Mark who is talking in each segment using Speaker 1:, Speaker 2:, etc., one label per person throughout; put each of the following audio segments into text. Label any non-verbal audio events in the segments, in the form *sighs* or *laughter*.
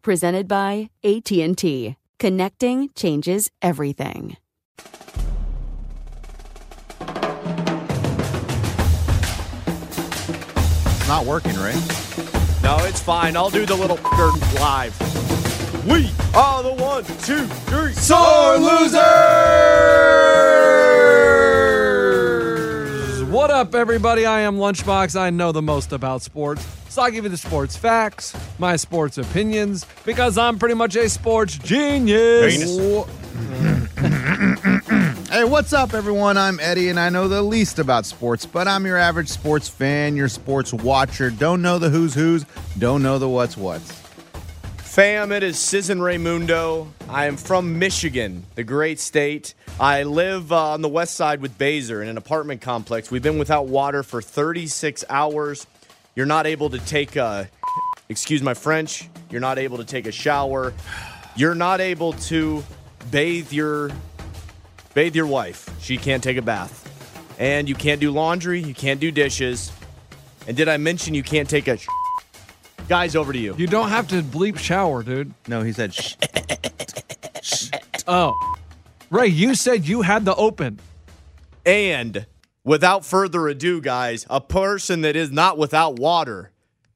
Speaker 1: Presented by AT&T. Connecting changes everything.
Speaker 2: Not working, Ray.
Speaker 3: No, it's fine. I'll do the little f***er live. We are the one, two, three, sore losers.
Speaker 4: What up, everybody? I am Lunchbox. I know the most about sports, so I'll give you the sports facts, my sports opinions, because I'm pretty much a sports genius.
Speaker 2: Hey, what's up, everyone? I'm Eddie, and I know the least about sports, but I'm your average sports fan, your sports watcher. Don't know the who's who's, don't know the what's what's.
Speaker 3: Fam, it is Sizzin Raymundo. I am from Michigan, the great state. I live uh, on the west side with Baser in an apartment complex. We've been without water for 36 hours. You're not able to take a, excuse my French, you're not able to take a shower. You're not able to bathe your, bathe your wife. She can't take a bath. And you can't do laundry, you can't do dishes. And did I mention you can't take a Guys, over to you.
Speaker 4: You don't have to bleep shower, dude.
Speaker 2: No, he said, shh.
Speaker 4: Oh. Ray, you said you had the open.
Speaker 3: And without further ado, guys, a person that is not without water,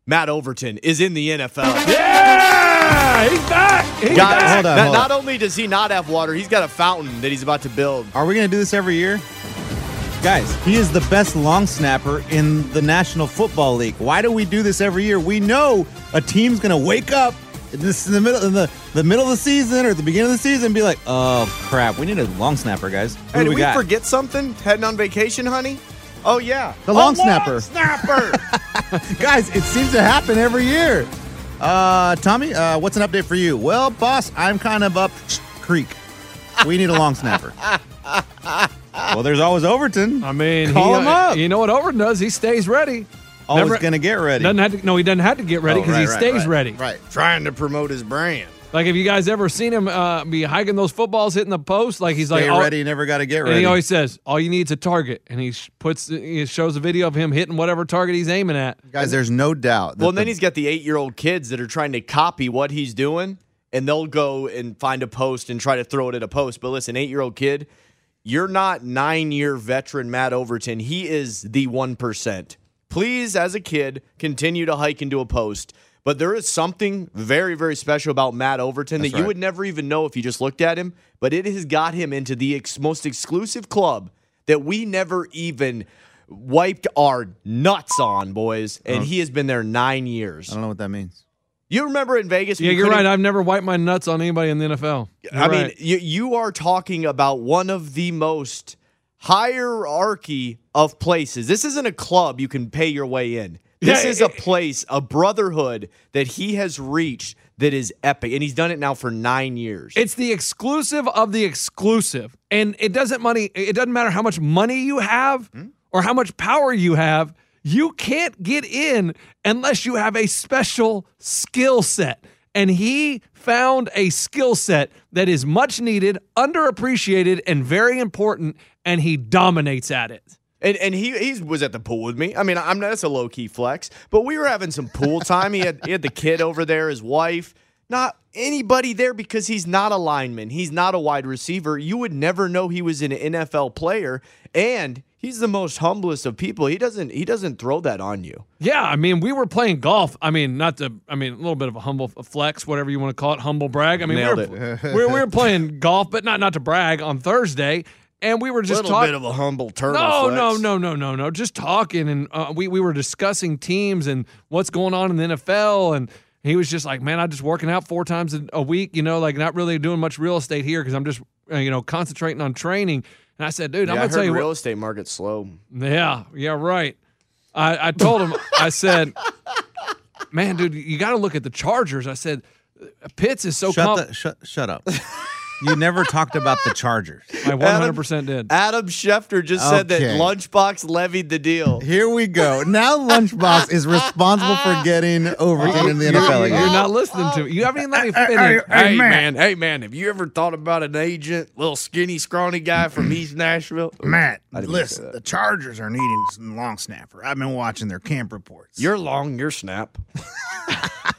Speaker 3: Matt Overton, is in the NFL.
Speaker 4: Yeah! He's back! He's
Speaker 3: Guys,
Speaker 2: Hold on,
Speaker 3: not,
Speaker 2: hold on.
Speaker 3: not only does he not have water, he's got a fountain that he's about to build.
Speaker 2: Are we going to do this every year? Guys, he is the best long snapper in the National Football League. Why do we do this every year? We know a team's going to wake up in this in the middle in the, the middle of the season or at the beginning of the season and be like, "Oh crap, we need a long snapper, guys." Who
Speaker 3: Hey,
Speaker 2: do
Speaker 3: did
Speaker 2: we,
Speaker 3: we,
Speaker 2: got?
Speaker 3: forget something? Heading on vacation, honey? Oh, yeah.
Speaker 2: The
Speaker 3: A
Speaker 2: long snapper.
Speaker 3: snapper.
Speaker 2: Guys, it seems to happen every year. Uh, Tommy, uh, what's an update for you? Well, boss, I'm kind of up creek. We need a long snapper. well, there's always Overton.
Speaker 4: I mean,
Speaker 2: call
Speaker 4: he, uh,
Speaker 2: him up.
Speaker 4: You know what Overton does? He stays ready.
Speaker 2: always
Speaker 4: never-
Speaker 2: gonna get ready.
Speaker 4: Doesn't have to, no, he doesn't have to get ready
Speaker 2: Oh,
Speaker 4: because
Speaker 2: right,
Speaker 4: he
Speaker 2: right,
Speaker 4: stays
Speaker 2: right,
Speaker 4: ready.
Speaker 2: *laughs* Right.
Speaker 3: Trying to promote his brand.
Speaker 4: Like, have you guys ever seen him uh, be hiking those footballs, hitting the post? Like, he's
Speaker 2: Stay
Speaker 4: like, oh, all-
Speaker 2: ready. Never got to get
Speaker 4: And
Speaker 2: ready.
Speaker 4: he always says, "All you need's a target," and he sh- puts, he shows a video of him hitting whatever target he's aiming at.
Speaker 2: Guys, there's no doubt. that
Speaker 3: Well, and then
Speaker 2: the-
Speaker 3: he's got the eight year old kids that are trying to copy what he's doing, and they'll go and find a post and try to throw it at a post. But listen, eight year old kid, you're not nine year veteran Matt Overton. He is the 1%. Please, as a kid, continue to hike into a post. But there is something very, very special about Matt Overton that you
Speaker 2: right.
Speaker 3: would never even know if you just looked at him. But it has got him into the ex- most exclusive club that we never even wiped our nuts on, boys. And
Speaker 4: Uh-huh.
Speaker 3: he has been there nine
Speaker 2: I
Speaker 3: years.
Speaker 2: don't know what that means.
Speaker 3: You remember in Vegas? when
Speaker 4: Yeah,
Speaker 3: you
Speaker 4: you're
Speaker 3: couldn't-
Speaker 4: right. I've never wiped my nuts on anybody in the NFL.
Speaker 3: I
Speaker 4: You're
Speaker 3: mean,
Speaker 4: right.
Speaker 3: you, you are talking about one of the most hierarchy of places. This isn't a club you can pay your way in. This
Speaker 4: Yeah,
Speaker 3: is a
Speaker 4: it-
Speaker 3: place, a brotherhood that he has reached that is epic. And he's done it now for nine years.
Speaker 4: it's the exclusive of the exclusive, and it doesn't money. It doesn't matter how much money you have
Speaker 3: Hmm?
Speaker 4: or how much power you have. You can't get in unless you have a special skill set. And he found a skill set that is much needed, underappreciated, and very important. And he dominates at it.
Speaker 3: And and he he was at the pool with me. I mean, I'm that's a low key flex, but we were having some pool time. He had he had the kid over there, his wife. not anybody there because he's not a lineman. He's not a wide receiver. You would never know he was an NFL player. And he's the most humblest of people. He doesn't he doesn't throw that on you.
Speaker 4: Yeah, I mean, we were playing golf. I mean, not to, I mean, a little bit of a humble f- flex, whatever you want to call it, humble brag. I mean,
Speaker 3: Nailed
Speaker 4: we were, we,
Speaker 3: *laughs*
Speaker 4: were, we were playing golf, but not not to brag on Thursday, and we were just talking.
Speaker 3: of a humble turtle.
Speaker 4: No,
Speaker 3: flex.
Speaker 4: no, no, no, no, no. Just talking, and uh, we we were discussing teams and what's going on in the NFL, and he was just like, "Man, I'm just working out four times a- a week, you know, like not really doing much real estate here because I'm just, uh, you know, concentrating on training." And I said, "Dude,
Speaker 3: Yeah,
Speaker 4: I'm
Speaker 3: I
Speaker 4: gonna
Speaker 3: heard
Speaker 4: tell you
Speaker 3: real
Speaker 4: what."
Speaker 3: estate market slow.
Speaker 4: Yeah, yeah, right. I, I told him, I said, "Man, dude, you got to look at the Chargers." I said, "Pitts is so
Speaker 2: shut
Speaker 4: comp."
Speaker 2: the shut
Speaker 4: *laughs*
Speaker 2: shut up. you never talked about the Chargers.
Speaker 4: I 100 percent did.
Speaker 3: Adam Schefter just said that
Speaker 2: Okay.
Speaker 3: Lunchbox levied the deal.
Speaker 2: Here we go. Now Lunchbox is responsible for getting overtaken in the NFL
Speaker 4: You're
Speaker 2: again.
Speaker 4: not listening to me. You haven't even let me finish.
Speaker 3: Hey man. hey man, have you ever thought about an agent, little skinny, scrawny guy from East *clears throat* Nashville?
Speaker 5: Matt,
Speaker 3: I didn't say
Speaker 5: listen,
Speaker 3: that.
Speaker 5: the Chargers are needing some long snapper. I've been watching their camp reports.
Speaker 3: You're long, you're snap.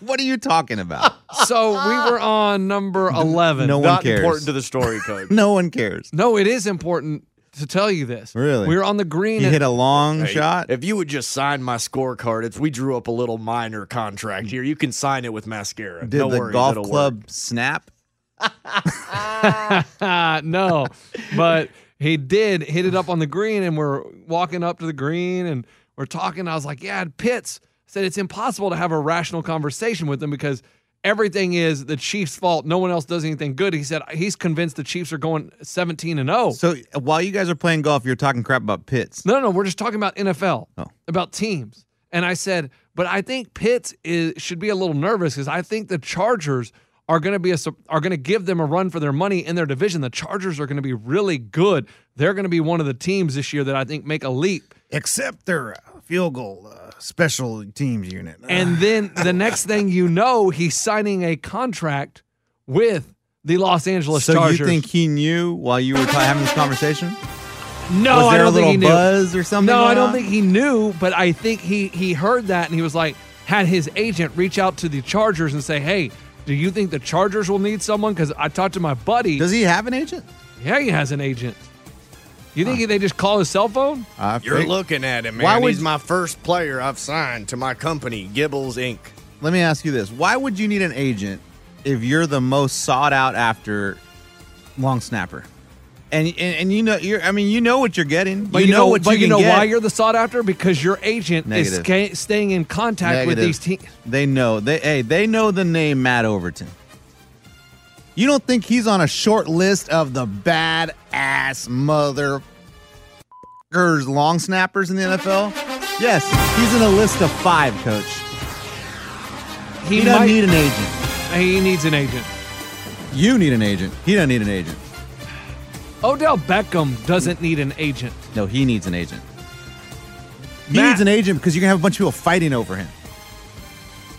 Speaker 2: What are you talking about?
Speaker 4: So we were on
Speaker 2: *laughs*
Speaker 4: number 11.
Speaker 2: No one
Speaker 3: Not
Speaker 2: cares.
Speaker 3: important to
Speaker 2: *laughs*
Speaker 3: the story code.
Speaker 2: No one cares.
Speaker 4: No, it is important to tell you this.
Speaker 2: Really?
Speaker 4: We were on the green.
Speaker 2: He
Speaker 4: and-
Speaker 2: hit a long shot.
Speaker 3: If you would just sign my scorecard, if we drew up a little minor contract here, you can sign it with mascara.
Speaker 2: Did
Speaker 3: no
Speaker 2: the
Speaker 3: worries,
Speaker 2: golf
Speaker 3: it'll
Speaker 2: club
Speaker 3: work.
Speaker 2: snap?
Speaker 4: Ah, *laughs* no, but he did hit it up on the green, and we're walking up to the green and we're talking. I was like, "Yeah, and Pitts said it's impossible to have a rational conversation with him because everything is the Chiefs' fault. No one else does anything good." He said he's convinced the Chiefs are going seventeen and oh." zero.
Speaker 2: So uh, while you guys are playing golf, you're talking crap about Pitts.
Speaker 4: No, no, we're just talking about NFL,
Speaker 2: Oh.
Speaker 4: about teams. And I said, but I think Pitts is, should be a little nervous because I think the Chargers are going to be a, sup- are going to give them a run for their money in their division. The Chargers are going to be really good. They're going to be one of the teams this year that I think make a leap.
Speaker 5: Except their uh, field goal uh, special teams unit.
Speaker 2: *sighs*
Speaker 4: And then the next thing you know, he's signing a contract with the Los Angeles
Speaker 2: So
Speaker 4: Chargers.
Speaker 2: you think he knew while you were probably having this conversation?
Speaker 4: no,
Speaker 2: Was
Speaker 4: I
Speaker 2: there
Speaker 4: don't
Speaker 2: a little
Speaker 4: think he knew.
Speaker 2: buzz or something?
Speaker 4: No, I
Speaker 2: going
Speaker 4: don't
Speaker 2: on?
Speaker 4: think he knew, but I think he he heard that and he was like had his agent reach out to the Chargers and say, "Hey, do you think the Chargers will need someone?" Because I talked to my buddy.
Speaker 2: Does he have an agent?
Speaker 4: yeah, he has an agent. You think they just call his cell phone?
Speaker 2: I
Speaker 3: You're
Speaker 2: fig-
Speaker 3: looking at him, man.
Speaker 2: Why would-
Speaker 3: He's my first player I've signed to my company, Gibbles Inc.
Speaker 2: Let me ask you this: Why would you need an agent if you're the most sought out after long snapper? And and, and you know you're I mean you know what you're getting.
Speaker 4: But
Speaker 2: you, know, what
Speaker 4: but
Speaker 2: you,
Speaker 4: you
Speaker 2: can
Speaker 4: know
Speaker 2: get.
Speaker 4: why you're the sought after because your agent is
Speaker 2: Negative.
Speaker 4: sca- staying in contact with
Speaker 2: Negative.
Speaker 4: these teams.
Speaker 2: They know they hey they know the name Matt Overton. You don't think he's on a short list of the bad ass mother f***ers, long snappers in the NFL? Yes, he's in a list of five, coach. He, doesn't
Speaker 4: might-
Speaker 2: need an agent.
Speaker 4: he needs an agent.
Speaker 2: You need an agent. He doesn't need an agent.
Speaker 4: Odell Beckham doesn't need an agent.
Speaker 2: No, he needs an agent. He
Speaker 4: Matt-
Speaker 2: needs an agent because you're gonna have a bunch of people fighting over him.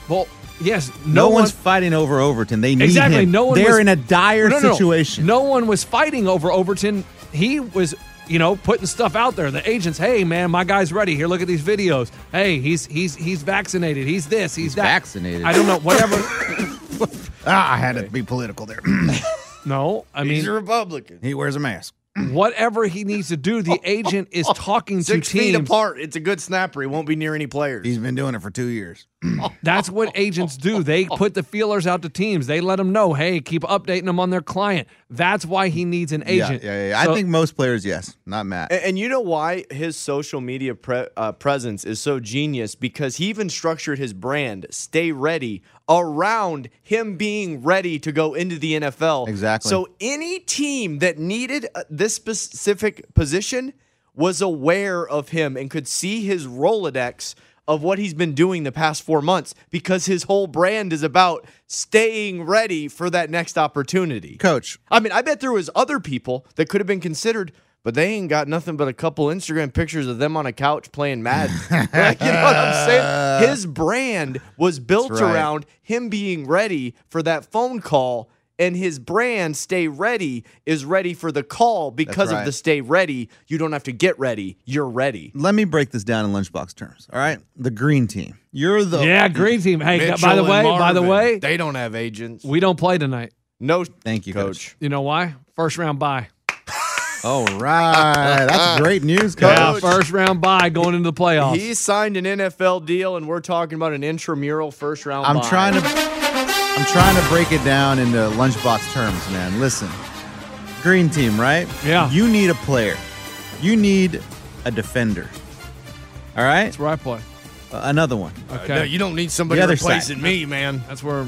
Speaker 4: Well, yes, no,
Speaker 2: No, one's
Speaker 4: one-
Speaker 2: fighting over Overton. They need
Speaker 4: Exactly,
Speaker 2: him.
Speaker 4: no one
Speaker 2: They're
Speaker 4: was-
Speaker 2: in a dire
Speaker 4: No, no, no.
Speaker 2: situation.
Speaker 4: No, one was fighting over Overton. He was, you know, putting stuff out there. The agents, hey man, my guy's ready. Here, look at these videos. Hey, he's he's he's vaccinated. He's this. He's,
Speaker 2: He's
Speaker 4: that.
Speaker 2: vaccinated.
Speaker 4: I don't know. Whatever.
Speaker 2: *laughs*
Speaker 5: ah, I had to be political there. *clears throat*
Speaker 4: no, I
Speaker 3: He's a
Speaker 4: mean,
Speaker 3: Republican.
Speaker 5: he wears a mask.
Speaker 4: whatever he needs to do,
Speaker 2: *laughs*
Speaker 4: the agent
Speaker 2: Oh,
Speaker 4: is talking to
Speaker 3: Six feet
Speaker 4: teams.
Speaker 3: apart. It's a good snapper. He won't be near any players.
Speaker 5: He's been doing it for two years.
Speaker 4: That's what agents do.
Speaker 2: *laughs*
Speaker 4: They put the feelers out to teams. They let them know, hey, keep updating them on their client. That's why he needs an agent.
Speaker 2: Yeah, yeah, yeah. I
Speaker 4: So- Eh,
Speaker 2: think most players, yes, not Matt.
Speaker 3: A- And, you know why his social media pre- uh, presence is so genius? Because he even structured his brand, Stay Ready, around him being ready to go into the NFL.
Speaker 2: Exactly.
Speaker 3: So any team that needed uh, this specific position was aware of him and could see his Rolodex of what he's been doing the past four months because his whole brand is about staying ready for that next opportunity.
Speaker 2: Coach,
Speaker 3: I mean, I bet there was other people that could have been considered, but they ain't got nothing but a couple Instagram pictures of them on a couch
Speaker 2: *laughs*
Speaker 3: playing Madden. like, you know what I'm saying? His brand was built
Speaker 2: That's right.
Speaker 3: around him being ready for that phone call. and his brand Stay Ready is ready for the call because of
Speaker 5: right.
Speaker 3: the Stay Ready. You don't have to get ready. You're ready.
Speaker 2: Let me break this down in lunchbox terms. All right, the green team. You're the
Speaker 4: yeah, green team. Hey, by the way, by the way,
Speaker 3: they don't have agents.
Speaker 4: we don't play tonight.
Speaker 3: no,
Speaker 2: Thank you, coach.
Speaker 4: You know why? First round bye.
Speaker 2: All right,
Speaker 4: *laughs*
Speaker 2: that's great news, coach.
Speaker 4: Yeah, first round bye going into the playoffs.
Speaker 3: He signed an NFL deal, and we're talking about an intramural first round.
Speaker 2: I'm
Speaker 3: bye.
Speaker 2: trying to I'm trying to break it down into lunchbox terms, man. Listen. Green team, right?
Speaker 4: Yeah.
Speaker 2: You need a player. You need a defender. All right?
Speaker 4: That's where I play.
Speaker 2: Uh, Another one.
Speaker 4: Okay,
Speaker 5: don't need somebody
Speaker 2: The other replacing
Speaker 5: me, man.
Speaker 4: that's where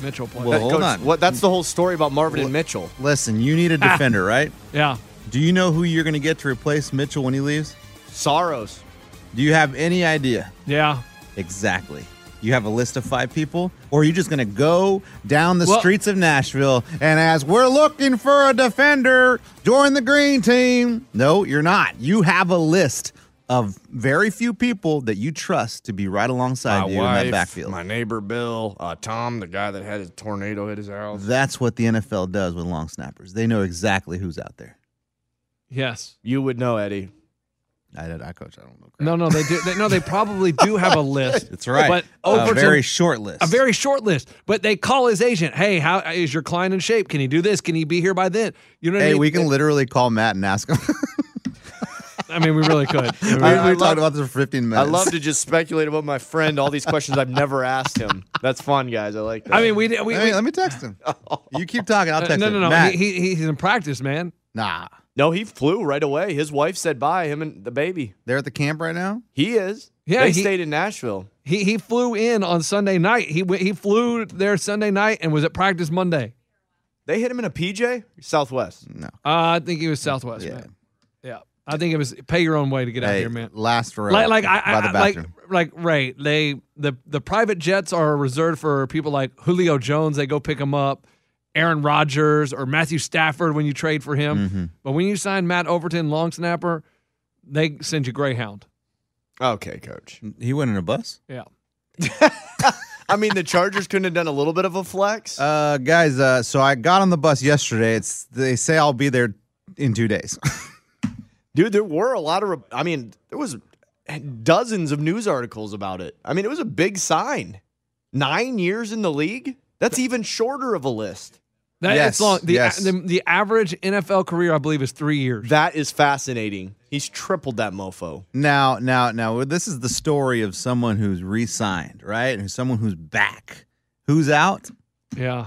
Speaker 4: Mitchell plays.
Speaker 2: Well-
Speaker 3: That-
Speaker 2: Hold
Speaker 3: Coach,
Speaker 2: on.
Speaker 3: What? That's the whole story about Marvin and Mitchell.
Speaker 2: Listen, you need a
Speaker 4: Ah.
Speaker 2: defender, right?
Speaker 4: yeah,
Speaker 2: Do you know who you're going to get to replace Mitchell when he leaves?
Speaker 3: Sorrows.
Speaker 2: Do you have any idea?
Speaker 4: yeah.
Speaker 2: Exactly. You have a list of five people, or are you just going to go down the
Speaker 4: Well-
Speaker 2: streets of Nashville and as we're looking for a defender, join the green team? No, you're not. You have a list of very few people that you trust to be right alongside you in that backfield.
Speaker 3: neighbor Bill, uh, Tom, the guy that had his tornado hit his house.
Speaker 2: That's what the NFL does with long snappers. They know exactly who's out there.
Speaker 4: Yes.
Speaker 3: You would know, Eddie.
Speaker 2: I did. I coach. I don't know.
Speaker 4: No, no, they do. They, no, they probably do have a list.
Speaker 2: *laughs* That's right.
Speaker 4: But
Speaker 2: a
Speaker 4: Overton,
Speaker 2: very short list.
Speaker 4: a very short list. But they call his agent. Hey, how is your client in shape? Can he do this? Can he be here by then? You know what I
Speaker 2: hey,
Speaker 4: mean?
Speaker 2: we can literally call Matt and ask him.
Speaker 4: I mean, we really could. I mean,
Speaker 2: *laughs* we
Speaker 3: I
Speaker 2: we
Speaker 3: love-
Speaker 2: talked about this for 15
Speaker 3: I
Speaker 2: minutes.
Speaker 3: love to just speculate about my friend, all these questions I've never asked him. That's fun, guys. I like that.
Speaker 4: I mean, we we.
Speaker 2: Let me,
Speaker 4: we
Speaker 2: let me text him. You keep talking. I'll
Speaker 4: uh,
Speaker 2: text
Speaker 4: no,
Speaker 2: him.
Speaker 4: no, no.
Speaker 2: Matt.
Speaker 4: He, he, he's in practice, man.
Speaker 2: nah.
Speaker 3: no, he flew right away. His wife said bye, him and the baby.
Speaker 2: They're at the camp right now.
Speaker 3: He is.
Speaker 4: Yeah,
Speaker 3: They
Speaker 4: he-
Speaker 3: stayed in Nashville.
Speaker 4: He he flew in on Sunday night. He went- he flew there Sunday night and was at practice Monday.
Speaker 3: They hit him in a PJ? Southwest.
Speaker 2: Mm.
Speaker 4: Uh, I think he was Southwest, man. Yeah, I think it was pay your own way to get out
Speaker 2: Hey,
Speaker 4: here, man.
Speaker 2: Last row.
Speaker 4: like like I,
Speaker 2: by the
Speaker 4: I- like
Speaker 2: bathroom.
Speaker 4: like right they the the private jets are reserved for people like Julio Jones they go pick him up Aaron Rodgers or Matthew Stafford when you trade for him
Speaker 2: Mm-hmm.
Speaker 4: but when you sign Matt Overton long snapper they send you Greyhound
Speaker 3: Okay, coach.
Speaker 2: he went in a bus.
Speaker 4: yeah
Speaker 3: I mean, the Chargers couldn't have done a little bit of a flex.
Speaker 2: Uh, guys. Uh, so I got on the bus yesterday. It's they say I'll be there in two days. *laughs*
Speaker 3: Dude, there were a lot of. Re- I mean, there was dozens of news articles about it. I mean, it was a big sign. Nine years in the league. That's even shorter of a list.
Speaker 4: that
Speaker 2: Yes,
Speaker 4: it's long the, a-
Speaker 2: yes.
Speaker 4: the the average NFL career I believe is three years
Speaker 3: That is fascinating. He's tripled that mofo.
Speaker 2: now, now, now. This is the story of someone who's re-signed, right? And someone who's back. Who's out?
Speaker 4: yeah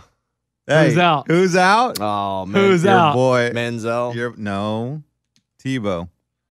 Speaker 2: Hey,
Speaker 4: Who's out?
Speaker 2: Who's out?
Speaker 3: Oh man,
Speaker 4: Who's
Speaker 2: Your
Speaker 4: out?
Speaker 2: boy.
Speaker 3: Manziel.
Speaker 2: Your, no, Tebow.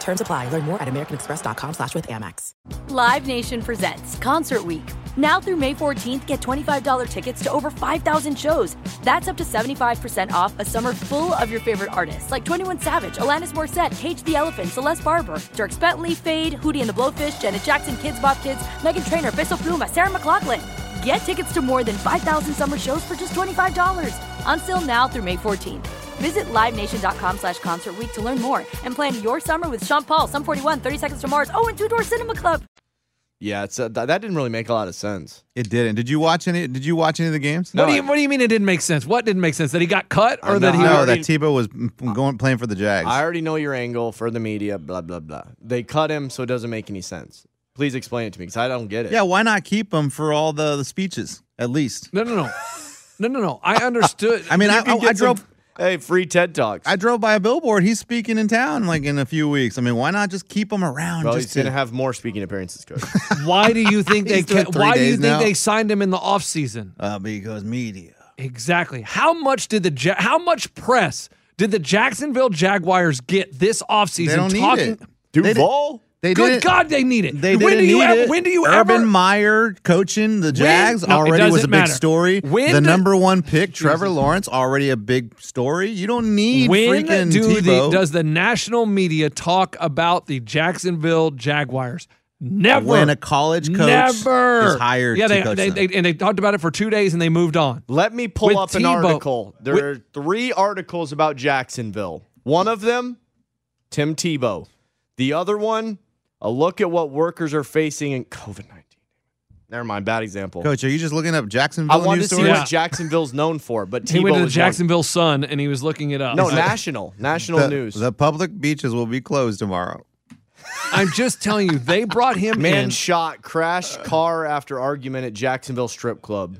Speaker 6: Terms apply. Learn more at americanexpress.com slash with Amex.
Speaker 7: Live Nation presents Concert Week. Now through May 14th, get $25 tickets to over 5,000 shows. That's up to 75% off a summer full of your favorite artists like 21 Savage, Alanis Morissette, Cage the Elephant, Celeste Barber, Dirk Bentley, Fade, Hootie and the Blowfish, Janet Jackson, Kids Bop Kids, Megan Trainor, Bissell Pluma, Sarah McLaughlin. Get tickets to more than 5,000 summer shows for just $25. Until now through May 14th. Visit LiveNation.com slash Concert Week to learn more and plan your summer with Sean Paul, Sum 41, 30 Seconds to Mars, oh, and Two Door Cinema Club.
Speaker 3: Yeah, it's uh th- that didn't really make a lot of sense.
Speaker 2: It didn't. Did you watch any? Did you watch any of the games?
Speaker 4: what do you
Speaker 3: I-
Speaker 4: what do you mean it didn't make sense what didn't make sense that he got cut or that he
Speaker 2: Uh, no,
Speaker 3: already-
Speaker 2: that Tebow was mm, going playing for the Jags.
Speaker 3: I already know your angle for the media. Blah blah blah. They cut him, so it doesn't make any sense. Please explain it to me because I don't get it.
Speaker 2: Yeah, why not keep him for all the, the speeches at least?
Speaker 4: no no no no no no I understood
Speaker 2: I mean, I, *laughs*
Speaker 3: could
Speaker 2: I,
Speaker 3: get
Speaker 2: I drove
Speaker 3: some- Hey, free TED Talks.
Speaker 2: I drove by a billboard. He's speaking in town like in a few weeks. I mean, why not just keep him around?
Speaker 3: well,
Speaker 2: just
Speaker 3: he's going to have more speaking appearances, Coach. *laughs*
Speaker 4: Why do you
Speaker 2: *laughs*
Speaker 4: think they
Speaker 2: He's doing
Speaker 4: ca-
Speaker 2: three
Speaker 4: why do you
Speaker 2: days
Speaker 4: think
Speaker 2: now.
Speaker 4: they signed him in the offseason?
Speaker 2: uh, because media.
Speaker 4: Exactly. How much did the ja- how much press did the Jacksonville Jaguars get this offseason
Speaker 2: They don't
Speaker 4: talking
Speaker 2: need it. They did-
Speaker 3: Duval?
Speaker 2: They
Speaker 4: Good
Speaker 2: didn't-
Speaker 4: God, they need it.
Speaker 2: They
Speaker 4: when
Speaker 2: didn't
Speaker 4: do you
Speaker 2: need
Speaker 4: ever,
Speaker 2: it.
Speaker 4: When do you
Speaker 2: Urban
Speaker 4: ever?
Speaker 2: Meyer coaching the Jags
Speaker 4: No, it
Speaker 2: already was
Speaker 4: doesn't
Speaker 2: a big
Speaker 4: matter.
Speaker 2: story.
Speaker 4: When
Speaker 2: the
Speaker 4: do-
Speaker 2: number one pick, Trevor Lawrence, already a big story. You don't need
Speaker 4: when
Speaker 2: freaking
Speaker 4: do the,
Speaker 2: Tebow.
Speaker 4: does the national media talk about the Jacksonville Jaguars? Never.
Speaker 2: When a college coach
Speaker 4: Never.
Speaker 2: is hired
Speaker 4: Yeah,
Speaker 2: to
Speaker 4: they,
Speaker 2: coach
Speaker 4: they,
Speaker 2: them.
Speaker 4: they- and they talked about it for two days and they moved on.
Speaker 3: Let me pull
Speaker 4: With
Speaker 3: up an
Speaker 4: Tebow.
Speaker 3: article. There
Speaker 4: With-
Speaker 3: are three articles about Jacksonville. One of them, Tim Tebow. The other one, a look at what workers are facing in COVID 19. Never mind, bad example.
Speaker 2: Coach, are you just looking up
Speaker 3: I
Speaker 2: Jacksonville
Speaker 3: wanted
Speaker 2: news
Speaker 3: to see
Speaker 2: stories?
Speaker 4: Yeah.
Speaker 3: what Jacksonville's known for, but Tebow
Speaker 4: *laughs* he went to the
Speaker 3: was one.
Speaker 4: Jacksonville Sun and he was looking it up.
Speaker 3: No,
Speaker 4: I-
Speaker 3: national, national
Speaker 2: The,
Speaker 3: news.
Speaker 2: the public beaches will be closed tomorrow.
Speaker 4: I'm just telling you, they brought him
Speaker 2: *laughs*
Speaker 3: Man
Speaker 4: in.
Speaker 3: shot crash car after argument at Jacksonville strip
Speaker 2: *laughs*
Speaker 3: club.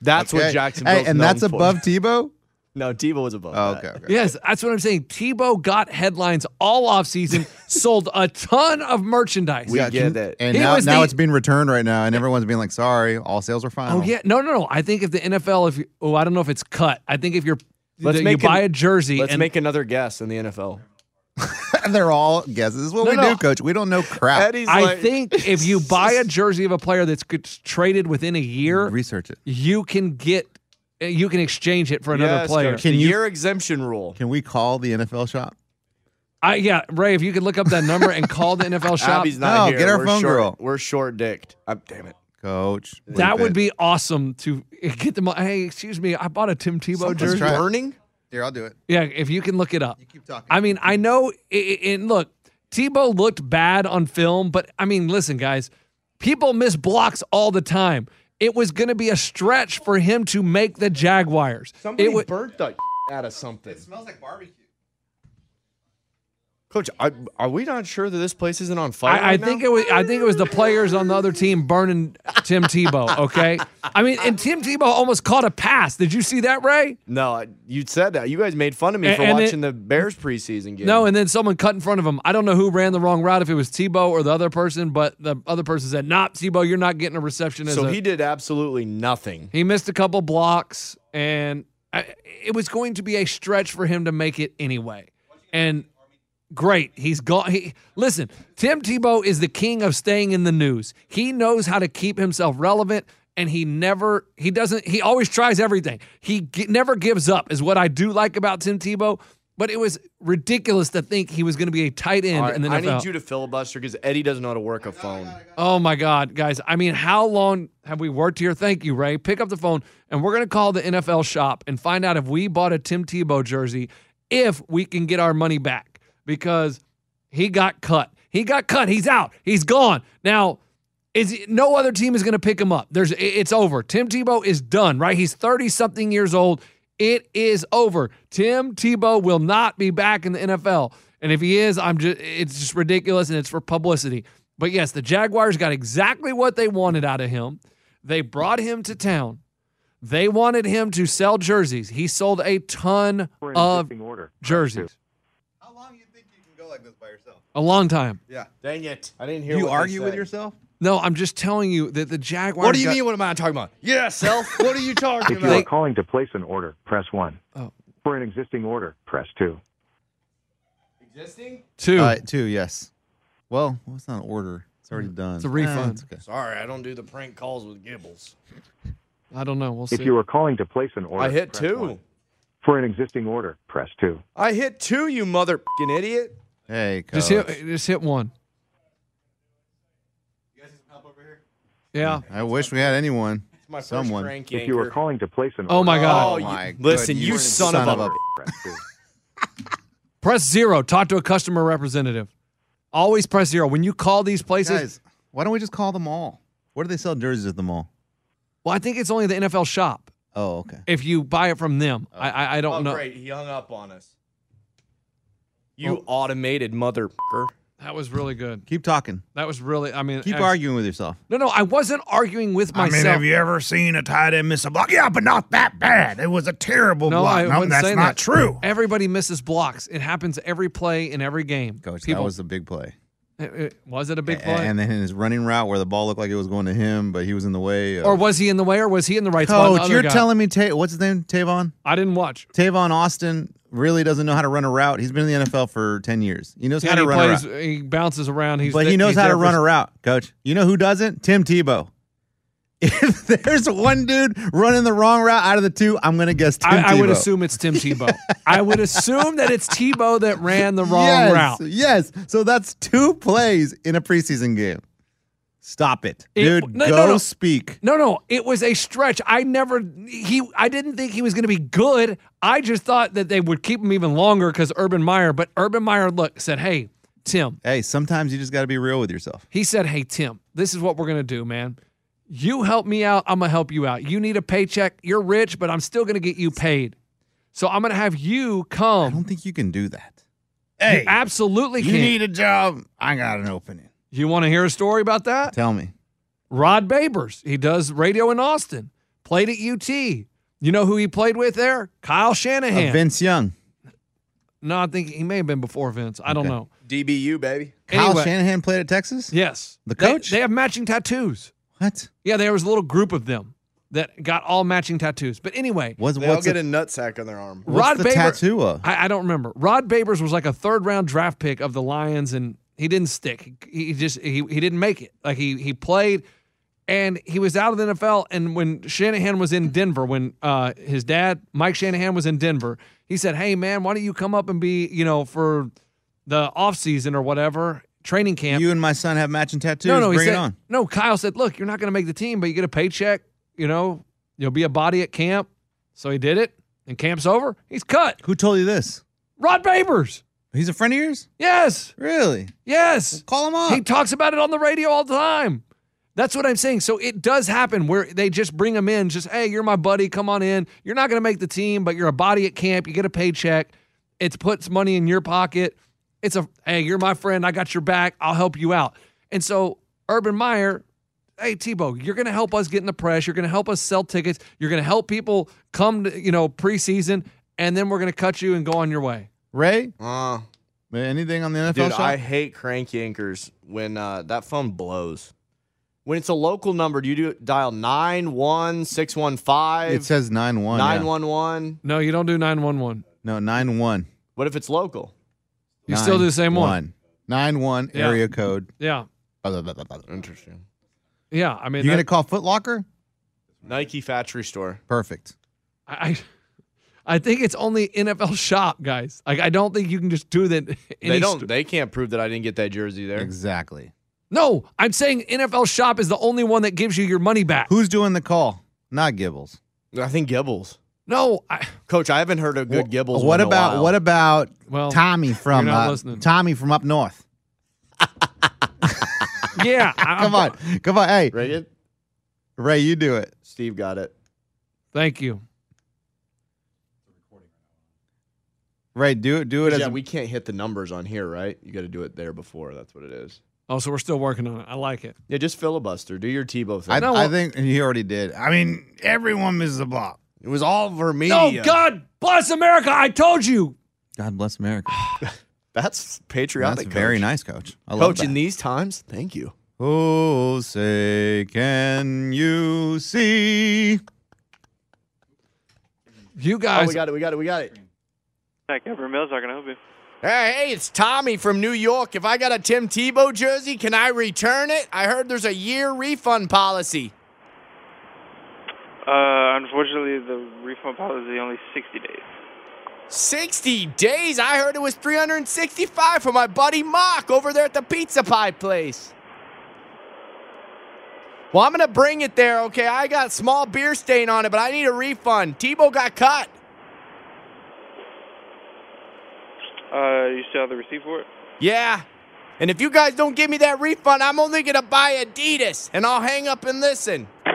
Speaker 3: That's
Speaker 2: Okay.
Speaker 3: what Jacksonville's
Speaker 2: Hey, and
Speaker 3: known
Speaker 2: that's
Speaker 3: for.
Speaker 2: above *laughs* Tebow.
Speaker 3: No, Tebow was above.
Speaker 2: Oh,
Speaker 3: that.
Speaker 2: okay, okay.
Speaker 4: Yes, that's what I'm saying. Tebow got headlines all
Speaker 2: *laughs*
Speaker 4: offseason, sold a ton of merchandise.
Speaker 3: We
Speaker 2: Gotcha.
Speaker 3: get it.
Speaker 2: And
Speaker 4: He
Speaker 2: now,
Speaker 4: was
Speaker 2: now
Speaker 4: the-
Speaker 2: it's being returned right now, and everyone's being like, "Sorry, all sales are final."
Speaker 4: Oh yeah, no, no, no. I think if the NFL, if you, oh, I don't know if it's cut. I think if you're,
Speaker 3: Let's
Speaker 4: you
Speaker 3: make an-
Speaker 4: buy a jersey
Speaker 3: Let's
Speaker 4: and
Speaker 3: make another guess in the NFL.
Speaker 2: *laughs* they're all guesses. This is what
Speaker 3: No,
Speaker 2: we
Speaker 3: no.
Speaker 2: do, Coach. We don't know crap.
Speaker 3: Eddie's
Speaker 4: I
Speaker 3: like-
Speaker 4: think if you buy a jersey of a player that's good- traded within a year,
Speaker 2: Research it.
Speaker 4: you can get, you can exchange it for another
Speaker 3: Yes,
Speaker 4: player.
Speaker 3: Coach,
Speaker 2: Can
Speaker 3: the
Speaker 2: you-
Speaker 3: year exemption rule?
Speaker 2: Can we call the NFL shop?
Speaker 4: I yeah, Ray, if you could look up that number and call the NFL shop,
Speaker 3: Abby's not
Speaker 2: No,
Speaker 3: here.
Speaker 2: get our
Speaker 3: We're
Speaker 2: phone
Speaker 3: short,
Speaker 2: girl.
Speaker 3: We're short dicked. Uh, damn it.
Speaker 2: Coach.
Speaker 4: that would be awesome to get them. Hey, excuse me, I bought a Tim Tebow jersey.
Speaker 2: try it.
Speaker 3: burning?
Speaker 2: Here, I'll do it.
Speaker 4: Yeah, if you can look it up.
Speaker 2: Keep talking.
Speaker 4: I mean, I know. i- i- And look, Tebow looked bad on film, but I mean, listen, guys, people miss blocks all the time. It was going to be a stretch for him to make the Jaguars. it wa-
Speaker 3: burnt the *laughs* out of something.
Speaker 2: smells like barbecue.
Speaker 3: Coach, are, are we not sure that this place isn't on fire?
Speaker 4: I, I think it was. I think it was the players on the other team burning Tim Tebow. Okay, I mean, and Tim Tebow almost caught a pass. Did you see that, Ray?
Speaker 3: No, I- you said that. You guys made fun of me
Speaker 4: A-
Speaker 3: for
Speaker 4: and it-
Speaker 3: watching the Bears preseason game.
Speaker 4: No, and then someone cut in front of him. I don't know who ran the wrong route, if it was Tebow or the other person, but the other person said, "Not Tebow, you're not getting a reception." As
Speaker 3: so
Speaker 4: a,
Speaker 3: he did absolutely nothing.
Speaker 4: He missed a couple blocks, and I, it was going to be a stretch for him to make it anyway. And great, he's gone. He, listen, Tim Tebow is the king of staying in the news. He knows how to keep himself relevant, and he never, he doesn't, he always tries everything. He g- never gives up, is what I do like about Tim Tebow. But it was ridiculous to think he was going to be a tight end
Speaker 3: All right,
Speaker 4: in the NFL.
Speaker 3: I need you to filibuster because Eddie doesn't know how to work a phone.
Speaker 4: Oh my God, guys. I mean, how long have we worked here? Thank you, Ray. Pick up the phone and we're going to call the NFL shop and find out if we bought a Tim Tebow jersey, if we can get our money back because he got cut. He got cut. He's out. He's gone. Now, is no other team is going to pick him up. There's it- it's over. Tim Tebow is done, right? He's 30 something years old. It is over. Tim Tebow will not be back in the NFL. And if he is, I'm just it's just ridiculous and it's for publicity. But yes, the Jaguars got exactly what they wanted out of him. They brought him to town. They wanted him to sell jerseys. He sold a ton of jerseys.
Speaker 2: How long do you think you can go like this by yourself?
Speaker 4: A long time.
Speaker 3: Dang it. I didn't hear
Speaker 2: You
Speaker 3: what they
Speaker 2: argue with
Speaker 3: said.
Speaker 2: yourself?
Speaker 4: No, I'm just telling you that the Jaguars
Speaker 3: What do you
Speaker 4: got-
Speaker 3: mean? What am I talking about? Yeah, self. What are
Speaker 4: *laughs*
Speaker 3: you talking
Speaker 8: If you are
Speaker 3: about?
Speaker 8: calling to place an order, press 1.
Speaker 4: Oh.
Speaker 8: For an existing order, press 2.
Speaker 3: Existing?
Speaker 4: Two.
Speaker 2: Uh, two, yes. Well, what's not an order? It's already done.
Speaker 4: Mm.
Speaker 2: Ah,
Speaker 4: It's a refund.
Speaker 2: it's okay.
Speaker 3: Sorry, I don't do the prank calls with Gibbles.
Speaker 4: I don't know. We'll see.
Speaker 8: If you are calling to place an order,
Speaker 3: I hit
Speaker 8: press
Speaker 3: two.
Speaker 8: 1. For an existing order, press 2.
Speaker 3: I hit two, you mother f***ing idiot.
Speaker 2: Hey, Coach.
Speaker 4: just hit, just hit one. You guys need some help over here?
Speaker 2: I wish we had anyone.
Speaker 3: It's my
Speaker 2: Someone.
Speaker 3: first crank
Speaker 8: If you are
Speaker 3: yanker.
Speaker 8: calling to place an
Speaker 4: Yeah. Oh
Speaker 8: order,
Speaker 4: my God.
Speaker 3: Oh, you-
Speaker 2: my good-
Speaker 3: listen, you
Speaker 2: were
Speaker 3: son of a-
Speaker 8: press 2.
Speaker 4: Press zero. Talk to a customer representative. Always press zero when you call these places.
Speaker 2: Guys, why don't we just call the mall? Where do they sell jerseys at the mall?
Speaker 4: Well, I think it's only the NFL shop.
Speaker 2: Oh, okay.
Speaker 4: If you buy it from them, I I, I don't
Speaker 3: Oh,
Speaker 4: know.
Speaker 3: great. He hung up on us. You automated mother.
Speaker 4: That was really good.
Speaker 2: Keep talking.
Speaker 4: That was really. I mean,
Speaker 2: Keep
Speaker 4: ex-
Speaker 2: arguing with yourself.
Speaker 4: No, no, I wasn't arguing with
Speaker 5: I
Speaker 4: myself.
Speaker 5: mean, have you ever seen a tight end miss a block? Yeah, but not that bad. It was a terrible
Speaker 4: no,
Speaker 5: block.
Speaker 4: I
Speaker 5: no,
Speaker 4: wouldn't
Speaker 5: that's
Speaker 4: say
Speaker 5: not
Speaker 4: that.
Speaker 5: true.
Speaker 4: Everybody misses blocks. It happens every play in every game.
Speaker 2: Coach,
Speaker 4: People-
Speaker 2: that was a big play.
Speaker 4: it- it- was it a big
Speaker 2: A-
Speaker 4: play?
Speaker 2: And then his running route where the ball looked like it was going to him, but he was in the way. Of,
Speaker 4: or was he in the way? Or was he in the right spot? The
Speaker 2: Coach,
Speaker 4: other
Speaker 2: you're
Speaker 4: guy-
Speaker 2: telling me, Ta- what's his name? Tavon?
Speaker 4: I didn't watch.
Speaker 2: Tavon Austin really doesn't know how to run a route. He's been in the NFL for 10 years. He knows how
Speaker 4: And
Speaker 2: to
Speaker 4: he
Speaker 2: run
Speaker 4: plays.
Speaker 2: a route.
Speaker 4: He bounces around. He's
Speaker 2: But
Speaker 4: th-
Speaker 2: he knows
Speaker 4: he's
Speaker 2: how to
Speaker 4: there for
Speaker 2: run a route, coach. You know who doesn't? Tim Tebow. *laughs* If there's one dude running the wrong route out of the two, I'm going to guess Tim Tebow.
Speaker 4: I, I would assume it's
Speaker 2: *laughs*
Speaker 4: Tim Tebow. I would assume that it's Tebow that ran the wrong
Speaker 2: yes,
Speaker 4: route.
Speaker 2: Yes. So that's two plays in a preseason game. Stop it.
Speaker 4: It-
Speaker 2: Dude,
Speaker 4: no, no,
Speaker 2: go
Speaker 4: no.
Speaker 2: speak.
Speaker 4: No, no, it was a stretch. I never he I didn't think he was going to be good. I just thought that they would keep him even longer cuz Urban Meyer, but Urban Meyer look said, "Hey, Tim."
Speaker 2: Hey, sometimes you just got to be real with yourself.
Speaker 4: He said, "Hey, Tim, this is what we're going to do, man. You help me out, I'm going to help you out. You need a paycheck. You're rich, but I'm still going to get you paid. So I'm going to have you
Speaker 2: I
Speaker 4: come.
Speaker 2: don't think you can do that.
Speaker 5: Hey,
Speaker 4: You absolutely
Speaker 5: you
Speaker 4: can.
Speaker 5: need a job. I got an opening.
Speaker 4: you want to hear a story about that?
Speaker 2: Tell me.
Speaker 4: Rod Babers. He does radio in Austin. Played at UT. You know who he played with there? Kyle Shanahan.
Speaker 2: Uh, Vince Young.
Speaker 4: No, I think he may have been before Vince. I don't know.
Speaker 3: DBU, baby.
Speaker 2: Kyle
Speaker 4: Anyway.
Speaker 2: Shanahan played at Texas?
Speaker 4: Yes.
Speaker 2: The
Speaker 4: They-
Speaker 2: coach?
Speaker 4: They, have matching tattoos.
Speaker 2: What?
Speaker 4: Yeah, there was a little group of them that got all matching tattoos. But anyway,
Speaker 2: What's,
Speaker 3: They all
Speaker 2: what's,
Speaker 3: get
Speaker 2: the,
Speaker 3: a nutsack on their arm.
Speaker 2: what's
Speaker 4: Rod
Speaker 2: the
Speaker 4: Baber-
Speaker 2: tattoo of?
Speaker 4: I, I don't remember. Rod Babers was like a third round draft pick of the Lions, and he didn't stick. He, he just he he didn't make it. Like he he played, and he was out of the NFL. And when Shanahan was in Denver, when uh, his dad Mike Shanahan was in Denver, he said, "Hey man, why don't you come up and be you know for the offseason or whatever training camp?"
Speaker 2: You and my son have matching tattoos.
Speaker 4: no, no, he
Speaker 2: Bring
Speaker 4: said,
Speaker 2: it on.
Speaker 4: no. Kyle said, "Look, you're not going to make the team, but you get a paycheck. You know, you'll be a body at camp." So he did it, and camp's over. He's cut.
Speaker 2: Who told you this?
Speaker 4: Rod Babers.
Speaker 2: He's a friend of yours?
Speaker 4: Yes.
Speaker 2: Really?
Speaker 4: Yes.
Speaker 2: Call him up.
Speaker 4: He talks about it on the radio all the time. That's what I'm saying. So it does happen where they just bring him in, just, hey, you're my buddy. Come on in. You're not going to make the team, but you're a body at camp. You get a paycheck. It puts money in your pocket. It's a, hey, you're my friend. I got your back. I'll help you out. And so Urban Meyer, hey, Tebow, you're going to help us get in the press. You're going to help us sell tickets. You're going to help people come to, you know, preseason. And then we're going to cut you and go on your way.
Speaker 2: Ray,
Speaker 3: Uh,
Speaker 2: anything on the NFL
Speaker 3: Dude,
Speaker 2: shop?
Speaker 3: I hate cranky anchors when uh, that phone blows. When it's a local number, do you do dial nine one six one
Speaker 2: it
Speaker 3: five
Speaker 2: says 9 1.
Speaker 3: nine one one?
Speaker 4: No, you don't do 911.
Speaker 2: No, 9 1.
Speaker 3: What if it's local?
Speaker 4: You still do the same one.
Speaker 2: 9 1
Speaker 4: Yeah.
Speaker 2: area code.
Speaker 4: Yeah.
Speaker 2: Blah, blah, blah, blah, blah.
Speaker 3: Interesting.
Speaker 4: Yeah. I mean,
Speaker 2: You going to
Speaker 4: that-
Speaker 2: call Foot Locker?
Speaker 3: Nike factory store.
Speaker 2: Perfect.
Speaker 4: I, I *laughs* I think it's only NFL shop, guys. Like, I don't think you can just do that. any
Speaker 3: They don't.
Speaker 4: st-
Speaker 3: they can't prove that I didn't get that jersey there.
Speaker 2: Exactly.
Speaker 4: no, I'm saying NFL shop is the only one that gives you your money back.
Speaker 2: Who's doing the call? Not Gibbles.
Speaker 3: I think Gibbles.
Speaker 4: No, I,
Speaker 3: Coach, I haven't heard a good
Speaker 2: What
Speaker 3: Gibbles. one in a
Speaker 2: about
Speaker 3: while.
Speaker 2: what about
Speaker 4: Well,
Speaker 2: Tommy from
Speaker 4: Oh, not
Speaker 2: uh,
Speaker 4: listening.
Speaker 2: Tommy from up north? *laughs*
Speaker 4: yeah. I-
Speaker 2: Come on, come on, hey
Speaker 3: Rig it?
Speaker 2: Ray, you do it.
Speaker 3: Steve got it.
Speaker 4: Thank you.
Speaker 2: Ray, do it, do it as
Speaker 3: Yeah,
Speaker 2: a-
Speaker 3: we can't hit the numbers on here, right? You got to do it there before. That's what it is.
Speaker 4: Oh, so we're still working on it. I like it.
Speaker 3: Yeah, just filibuster. Do your Tebow thing.
Speaker 2: I,
Speaker 4: No,
Speaker 2: I
Speaker 4: well-
Speaker 2: think he already did.
Speaker 5: I mean, everyone misses a block.
Speaker 3: it was all for me.
Speaker 4: No,
Speaker 2: uh,
Speaker 4: God bless America. I told you.
Speaker 2: God bless America.
Speaker 3: That's patriotic.
Speaker 2: That's
Speaker 3: coach.
Speaker 2: very nice, Coach. I love
Speaker 3: Coach, in
Speaker 2: that.
Speaker 3: these times, thank you.
Speaker 2: oh, say can you see?
Speaker 4: You
Speaker 3: Oh,
Speaker 4: guys.
Speaker 3: we got it. We got it. We got it.
Speaker 9: Hi, Kevin Mills. How can I help you?
Speaker 3: Hey, hey, it's Tommy from New York. If I got a Tim Tebow jersey, can I return it? I heard there's a year refund policy.
Speaker 9: Uh, unfortunately, the refund policy is only 60 days.
Speaker 3: 60 days. I heard it was 365 for my buddy Mock over there at the Pizza Pie place. Well, I'm going to bring it there, okay? I got small beer stain on it, but I need a refund. Tebow got cut.
Speaker 9: Uh, you still have the receipt for it?
Speaker 3: Yeah. And if you guys don't give me that refund, I'm only going to buy Adidas and I'll hang up and listen.
Speaker 2: Oh,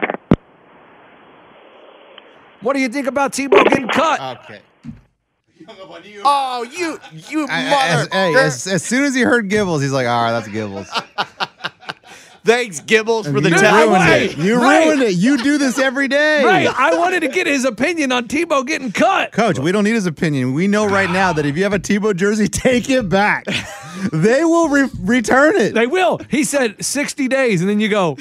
Speaker 4: what do you think about Tebow getting cut?
Speaker 2: Okay.
Speaker 3: Oh, you, you
Speaker 2: As,
Speaker 3: mother.
Speaker 2: hey, as, as soon as he heard Gibbles, he's like, all right, that's
Speaker 4: *laughs*
Speaker 2: Gibbles.
Speaker 3: Thanks, Gibbles,
Speaker 4: for the
Speaker 2: you
Speaker 4: tap.
Speaker 2: Ruined
Speaker 4: Right,
Speaker 2: it. You
Speaker 4: right.
Speaker 2: ruined it. You do this every day.
Speaker 4: Right, I wanted to get his opinion on Tebow getting cut.
Speaker 2: Coach, we don't need his opinion. We know right now that if you have a Tebow jersey, *laughs* take it back. they will re- return it.
Speaker 4: They will. He said 60 days, and then you go,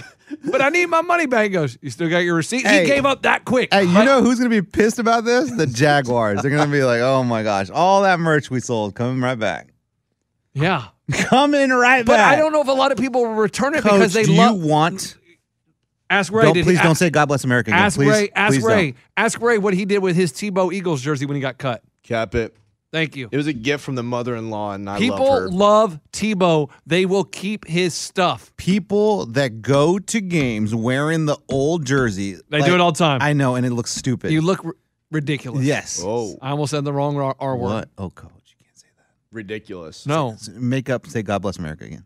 Speaker 4: but I need my money back. He goes, you still got your receipt?
Speaker 2: Hey.
Speaker 4: he gave up that quick.
Speaker 2: Hey, you know who's going to be pissed about this? The Jaguars. They're going to be like, oh my gosh, all that merch we sold coming right back.
Speaker 4: Yeah.
Speaker 2: Coming right
Speaker 4: But
Speaker 2: back.
Speaker 4: I don't know if a lot of people will return it
Speaker 2: Coach,
Speaker 4: because they
Speaker 2: do
Speaker 4: love.
Speaker 2: you want.
Speaker 4: ask Ray.
Speaker 2: don't,
Speaker 4: did he-
Speaker 2: please don't
Speaker 4: ask-
Speaker 2: say God bless America. again.
Speaker 4: Ask
Speaker 2: please,
Speaker 4: Ray. Ask
Speaker 2: please
Speaker 4: Ray.
Speaker 2: don't.
Speaker 4: Ask Ray what he did with his Tebow Eagles jersey when he got cut.
Speaker 3: Cap it.
Speaker 4: Thank you.
Speaker 3: It was a gift from the mother-in-law, and I
Speaker 4: People
Speaker 3: love her.
Speaker 4: love, Tebow. They will keep his stuff.
Speaker 2: People that go to games wearing the old jersey.
Speaker 4: They do it all the time.
Speaker 2: I know, and it looks stupid.
Speaker 4: You look r- ridiculous.
Speaker 2: Yes.
Speaker 3: Oh,
Speaker 4: I almost said the wrong R, R word.
Speaker 2: What? Oh, coach.
Speaker 3: ridiculous.
Speaker 4: No.
Speaker 2: Make up, say God bless America again.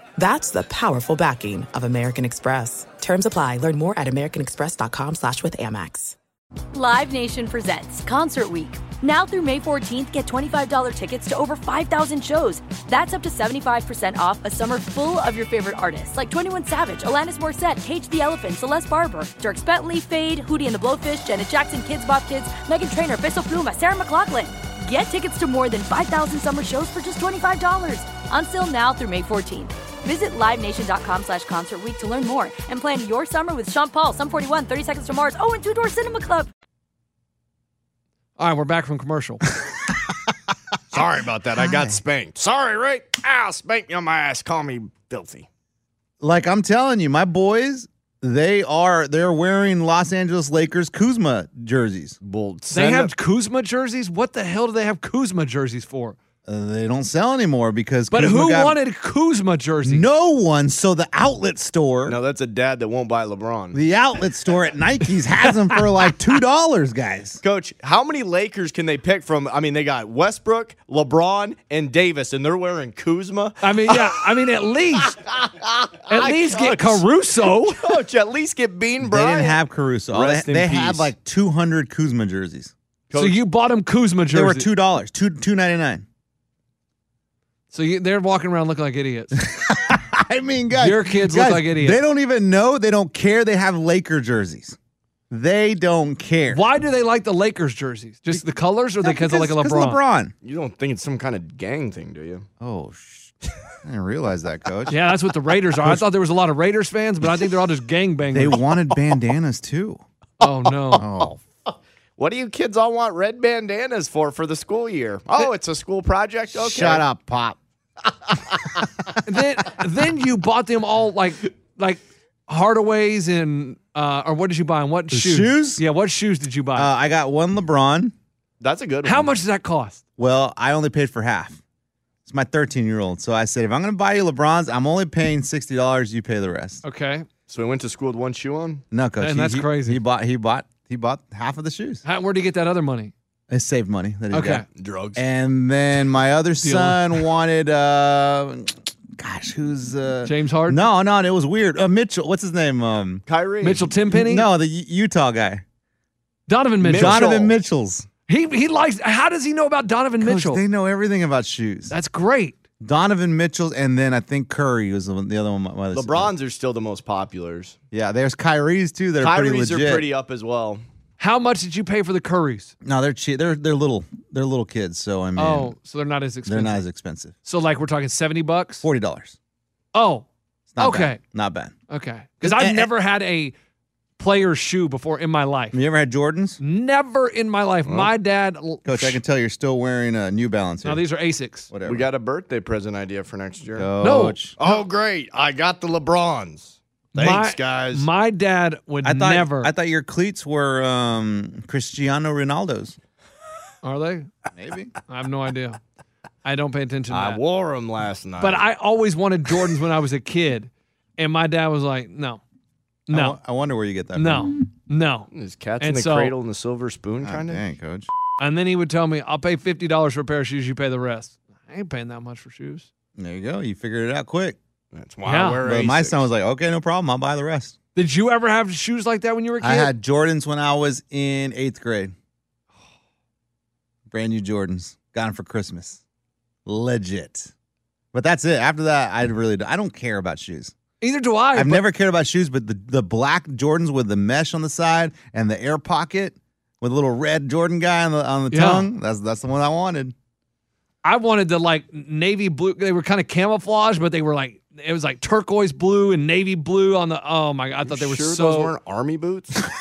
Speaker 6: That's the powerful backing of American Express. Terms apply. Learn more at americanexpress.com slash with Amex.
Speaker 7: Live Nation presents Concert Week. Now through May 14th, get $25 tickets to over 5,000 shows. That's up to 75% off a summer full of your favorite artists like 21 Savage, Alanis Morissette, Cage the Elephant, Celeste Barber, Dirk Bentley, Fade, Hootie and the Blowfish, Janet Jackson, Kids Bop Kids, Megan Trainor, Bissell Pluma, Sarah McLaughlin. Get tickets to more than 5,000 summer shows for just $25. Until now through May 14th. Visit LiveNation.com slash Concert Week to learn more and plan your summer with Sean Paul, Sum 41, 30 Seconds to Mars, oh, and Two Door Cinema Club.
Speaker 4: All right, we're back from commercial.
Speaker 3: Sorry about that. I got spanked. Sorry, right? Ow, spanked me on my ass. Call me filthy.
Speaker 2: like I'm telling you, my boys, they are they're wearing Los Angeles Lakers Kuzma jerseys.
Speaker 3: Well,
Speaker 4: they have Kuzma jerseys. What the hell do they have Kuzma jerseys for?
Speaker 2: uh, they don't sell anymore because
Speaker 4: But
Speaker 2: Kuzma
Speaker 4: who
Speaker 2: got-
Speaker 4: wanted Kuzma jerseys?
Speaker 2: No one. So the outlet store,
Speaker 3: No, that's a dad that won't buy LeBron.
Speaker 2: the outlet store at Nike's has them for like two dollars, guys.
Speaker 3: Coach, how many Lakers can they pick from? I mean, they got Westbrook, LeBron, and Davis, and they're wearing Kuzma.
Speaker 4: I mean, yeah. I mean,
Speaker 2: *laughs*
Speaker 4: at least, at least get
Speaker 3: Coach.
Speaker 2: *laughs*
Speaker 4: Caruso.
Speaker 3: *laughs* Coach, at least get Bean
Speaker 2: They
Speaker 3: Bryant.
Speaker 2: didn't have Caruso. All
Speaker 3: Rest
Speaker 2: they
Speaker 3: in
Speaker 2: they had
Speaker 3: peace.
Speaker 2: like two hundred Kuzma jerseys.
Speaker 4: So you bought him Kuzma jerseys.
Speaker 2: They were two dollars, two two ninety nine.
Speaker 4: So you, they're walking around looking like
Speaker 2: *laughs*
Speaker 4: idiots.
Speaker 2: I mean, guys,
Speaker 4: Your kids look
Speaker 2: guys,
Speaker 4: like idiots.
Speaker 2: They don't even know. They don't care. They have Laker jerseys. They don't care.
Speaker 4: Why do they like the Lakers jerseys? Just the colors, or
Speaker 2: Yeah,
Speaker 4: because they like
Speaker 2: because
Speaker 4: LeBron?
Speaker 2: LeBron.
Speaker 3: You don't think it's some kind of gang thing, do you?
Speaker 2: Oh, sh- I didn't realize that, coach.
Speaker 4: Yeah, that's what the Raiders are. I thought there was a lot of Raiders fans, but I think they're all just
Speaker 2: *laughs* They
Speaker 4: gangbangers.
Speaker 2: wanted bandanas too.
Speaker 4: oh
Speaker 2: *laughs*
Speaker 4: no!
Speaker 2: Oh,
Speaker 3: What do you kids all want red bandanas for for the school year? Oh, it's a school project. Okay,
Speaker 2: shut up, pop.
Speaker 4: then, then you bought them all like like Hardaways and uh, or what did you buy? And what shoes?
Speaker 2: shoes?
Speaker 4: Yeah, what shoes did you buy?
Speaker 2: Uh, I got one LeBron.
Speaker 3: That's a good one.
Speaker 4: How much does that cost?
Speaker 2: Well, I only paid for half. It's my 13 year old. So I said, if I'm going to buy you LeBrons, I'm only paying sixty dollars. You pay the rest.
Speaker 4: Okay,
Speaker 3: So we went to school with one shoe on.
Speaker 2: No, coach.
Speaker 4: Man,
Speaker 2: he-
Speaker 4: that's
Speaker 2: he-
Speaker 4: crazy.
Speaker 2: He bought. He bought. He bought half of the shoes.
Speaker 4: How, where do you get that other money?
Speaker 2: It saved money. That he
Speaker 4: Okay.
Speaker 2: got.
Speaker 3: Drugs.
Speaker 2: And then my other son wanted, uh, gosh, who's uh,
Speaker 4: James Harden?
Speaker 2: No, no, it was weird. Uh, Mitchell, what's his name? Um,
Speaker 3: Kyrie.
Speaker 4: Mitchell Timpenny?
Speaker 2: No, the U- Utah guy,
Speaker 4: Donovan Mitchell.
Speaker 2: Donovan Mitchell's.
Speaker 4: He he likes. How does he know about Donovan
Speaker 2: Coach,
Speaker 4: Mitchell?
Speaker 2: they know everything about shoes.
Speaker 4: That's great.
Speaker 2: Donovan Mitchell's, and then I think Curry was the, one- the other one. My, my other son-
Speaker 3: LeBron's are still the most populars.
Speaker 2: Yeah, there's Kyrie's too. They're pretty
Speaker 3: Kyrie's
Speaker 2: legit.
Speaker 3: are pretty up as well.
Speaker 4: How much did you pay for the Curries?
Speaker 2: no, they're cheap. They're they're little. They're little kids. So I mean,
Speaker 4: Oh, so they're not as
Speaker 2: they're
Speaker 4: expensive.
Speaker 2: not as expensive.
Speaker 4: So like we're talking seventy bucks.
Speaker 2: Forty dollars.
Speaker 4: Oh,
Speaker 2: It's not
Speaker 4: okay.
Speaker 2: bad. Not bad.
Speaker 4: Okay. Because I've never had a player's shoe before in my life.
Speaker 2: You ever had Jordans?
Speaker 4: Never in my life.
Speaker 2: Well,
Speaker 4: my dad.
Speaker 2: Coach, I can tell you're still wearing a New Balance.
Speaker 4: No, these are Asics.
Speaker 2: Whatever.
Speaker 3: We got a birthday present idea for next year.
Speaker 2: Coach.
Speaker 10: Oh, great. I got the LeBrons. Thanks,
Speaker 4: My-
Speaker 10: guys.
Speaker 4: My dad would
Speaker 2: I thought,
Speaker 4: never.
Speaker 2: I thought your cleats were um, Cristiano Ronaldo's.
Speaker 4: Are they? Maybe. I have no idea. I don't pay attention to
Speaker 10: I
Speaker 4: that.
Speaker 10: wore them last night.
Speaker 4: But I always wanted Jordans when I was a kid. And my dad was like, no,
Speaker 2: I
Speaker 4: no,
Speaker 2: wo- I wonder where you get that.
Speaker 4: no,
Speaker 2: from.
Speaker 4: no.
Speaker 3: Is cats in
Speaker 4: And
Speaker 3: the
Speaker 4: so-
Speaker 3: cradle and the silver spoon
Speaker 2: God
Speaker 3: kind of?
Speaker 2: Ah, dang, coach.
Speaker 4: And then he would tell me, I'll pay $50 for a pair of shoes. You pay the rest. I ain't paying that much for shoes.
Speaker 2: There you go. You figured it out quick.
Speaker 10: That's why
Speaker 4: Yeah.
Speaker 10: I wear
Speaker 2: But my
Speaker 10: Asics.
Speaker 2: son was like, "Okay, no problem. I'll buy the rest."
Speaker 4: Did you ever have shoes like that when you were a kid?
Speaker 2: I had Jordans when I was in eighth grade. Brand new Jordans. Got them for Christmas. Legit. But that's it. After that, I really don't, I don't care about shoes.
Speaker 4: Either do I.
Speaker 2: I've
Speaker 4: but-
Speaker 2: never cared about shoes, but the, the black Jordans with the mesh on the side and the air pocket with a little red Jordan guy on the on the
Speaker 4: Yeah.
Speaker 2: tongue. That's that's the one I wanted.
Speaker 4: I wanted the like navy blue. They were kind of camouflage, but they were like it was like turquoise blue and navy blue on the. Oh my god, I thought they were
Speaker 3: sure
Speaker 4: so.
Speaker 3: those weren't army boots. *laughs*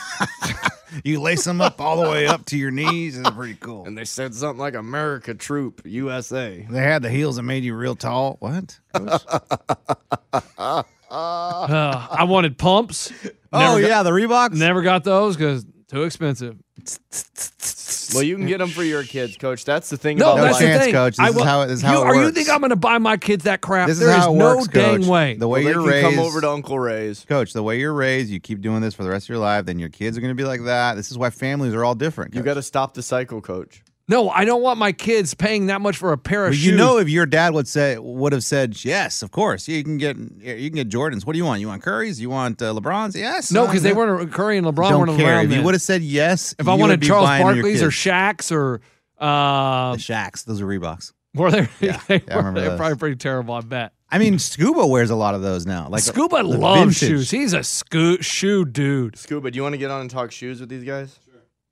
Speaker 2: You lace them up all the way up to your knees. It's pretty cool.
Speaker 3: and they said something like America Troop USA.
Speaker 2: *laughs* They had the heels that made you real tall. What?
Speaker 4: *laughs*
Speaker 2: Coach?
Speaker 4: Uh, I wanted pumps.
Speaker 2: *laughs* oh
Speaker 4: Never got-
Speaker 2: yeah, the Reeboks.
Speaker 4: never got those because too expensive.
Speaker 3: Well, you can get them for your kids, Coach. That's the thing
Speaker 4: No,
Speaker 3: about
Speaker 4: that's
Speaker 3: life.
Speaker 2: chance,
Speaker 4: the thing.
Speaker 2: Coach. This is
Speaker 4: will-
Speaker 2: how it- this is how
Speaker 4: you,
Speaker 2: it
Speaker 4: Are you
Speaker 2: works.
Speaker 4: think I'm going to buy my kids that crap?
Speaker 2: This is
Speaker 4: There is
Speaker 2: how it
Speaker 4: no
Speaker 2: works,
Speaker 4: dang
Speaker 2: Coach.
Speaker 4: way.
Speaker 2: The way
Speaker 3: Well, they
Speaker 2: you're
Speaker 3: can
Speaker 2: raised,
Speaker 3: come over to Uncle Ray's.
Speaker 2: Coach. The way you're raised, you keep doing this for the rest of your life. Then your kids are going to be like that. This is why families are all different.
Speaker 3: You
Speaker 2: Coach.
Speaker 3: got to stop the cycle, Coach.
Speaker 4: no, I don't want my kids paying that much for a pair of
Speaker 2: But
Speaker 4: shoes.
Speaker 2: you know, if your dad would say, would have said, yes, of course, you can get you can get Jordans. What do you want? You want Currys? You want uh, Lebrons? Yes.
Speaker 4: no,
Speaker 2: Uh,
Speaker 4: because they weren't Curry and LeBron
Speaker 2: Don't
Speaker 4: weren't
Speaker 2: care.
Speaker 4: around.
Speaker 2: If you
Speaker 4: then.
Speaker 2: would have said yes,
Speaker 4: if I
Speaker 2: you would
Speaker 4: wanted
Speaker 2: be
Speaker 4: Charles
Speaker 2: buying your
Speaker 4: Barkley's or
Speaker 2: kids.
Speaker 4: Shaq's or uh, *laughs*
Speaker 2: the Shacks, those are Reeboks.
Speaker 4: were they?
Speaker 2: Yeah,
Speaker 4: they
Speaker 2: yeah, I
Speaker 4: were-
Speaker 2: remember
Speaker 4: they're
Speaker 2: those.
Speaker 4: probably pretty terrible. I bet.
Speaker 2: I mean, Scuba wears a lot of those now. Like uh,
Speaker 4: Scuba
Speaker 2: the
Speaker 4: loves
Speaker 2: vintage.
Speaker 4: shoes. He's a sco- shoe dude.
Speaker 3: Scuba, do you want to get on and talk shoes with these guys?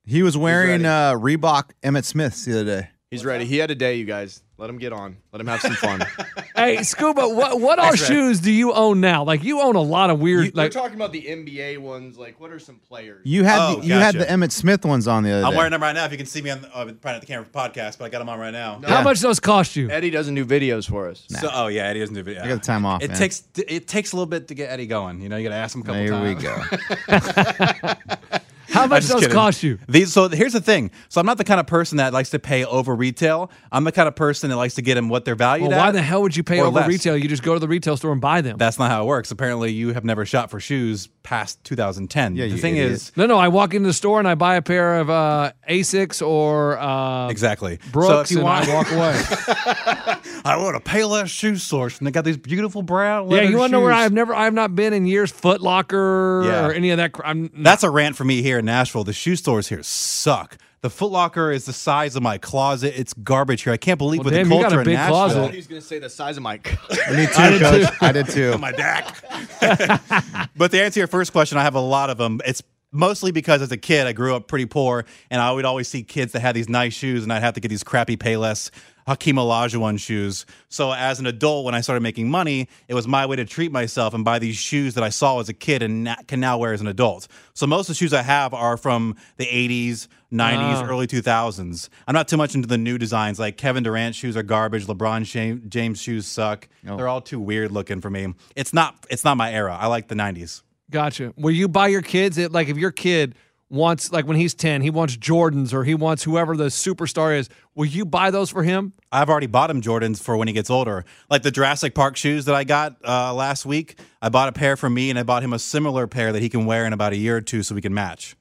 Speaker 2: He was wearing uh, Reebok Emmett Smiths the other day.
Speaker 3: He's ready. He had a day, you guys. Let him get on. Let him have
Speaker 4: *laughs*
Speaker 3: some fun.
Speaker 2: *laughs*
Speaker 4: Hey, Scuba, what what all shoes do you own now? Like you own a lot of weird.
Speaker 3: We're
Speaker 4: like
Speaker 3: talking about the NBA ones. Like, what are some players?
Speaker 2: You had
Speaker 10: Oh,
Speaker 2: the, you had
Speaker 10: gotcha.
Speaker 2: the Emmett Smith ones on the other
Speaker 10: I'm
Speaker 2: day.
Speaker 10: wearing them right now. If you can see me on, the, oh, probably not the camera for podcast, but I got them on right now.
Speaker 4: how much those cost you?
Speaker 3: Eddie doesn't do videos for us.
Speaker 10: So, oh yeah, Eddie doesn't do video.
Speaker 2: I got the time off.
Speaker 10: It
Speaker 2: man.
Speaker 10: takes it takes a little bit to get Eddie going. You know, you got to ask him a couple
Speaker 2: There we
Speaker 10: times. *laughs*
Speaker 2: go.
Speaker 4: How much
Speaker 10: just
Speaker 4: those
Speaker 10: kidding.
Speaker 4: cost you?
Speaker 10: These so here's the thing. So I'm not the kind of person that likes to pay over retail. I'm the kind of person that likes to get them what they're valued
Speaker 4: Well, why
Speaker 10: at.
Speaker 4: the hell would you pay
Speaker 10: or
Speaker 4: over
Speaker 10: less.
Speaker 4: retail? You just go to the retail store and buy them.
Speaker 10: That's not how it works. Apparently, you have never shot for shoes past 2010.
Speaker 2: Yeah,
Speaker 10: the
Speaker 2: you
Speaker 10: thing
Speaker 2: idiot.
Speaker 10: is,
Speaker 4: no, no. I walk into the store and I buy a pair of uh, Asics or uh,
Speaker 10: exactly.
Speaker 4: Brooks,
Speaker 10: so if you
Speaker 4: and
Speaker 10: want,
Speaker 4: I walk away.
Speaker 10: I want a pale ass shoe source, and they got these beautiful brown.
Speaker 4: yeah,
Speaker 10: leather
Speaker 4: you want to know where
Speaker 10: shoes.
Speaker 4: I've never, I've not been in years. Foot Locker
Speaker 10: Yeah.
Speaker 4: or any of that. cr- I'm
Speaker 10: That's a rant for me here in Nashville. The shoe stores here suck. The Foot Locker is the size of my closet. It's garbage here. I can't believe
Speaker 4: Well,
Speaker 10: with
Speaker 4: damn,
Speaker 10: the
Speaker 4: you got
Speaker 10: culture
Speaker 4: a big
Speaker 10: in Nashville.
Speaker 4: closet.
Speaker 3: He's gonna say the size
Speaker 4: *laughs*
Speaker 3: of my. *laughs*
Speaker 2: *laughs* Me too, coach. I did too.
Speaker 10: my deck. *laughs* but to answer your first question, I have a lot of them. It's mostly because as a kid, I grew up pretty poor, and I would always see kids that had these nice shoes, and I'd have to get these crappy Payless Hakeem Olajuwon shoes. So as an adult, when I started making money, it was my way to treat myself and buy these shoes that I saw as a kid and na- can now wear as an adult. So most of the shoes I have are from the 80s, 90s, early 2000s. I'm not too much into the new designs. Like Kevin Durant shoes are garbage. LeBron Sha- James shoes suck. They're all too weird looking for me. It's not. It's not my era. I like the 90s.
Speaker 4: Gotcha. Will you buy your kids it? Like, if your kid wants, like when he's 10, he wants Jordans or he wants whoever the superstar is, will you buy those for him?
Speaker 10: I've already bought him Jordans for when he gets older. Like the Jurassic Park shoes that I got uh, last week. I bought a pair for me, and I bought him a similar pair that he can wear in about a year or two, so we can match.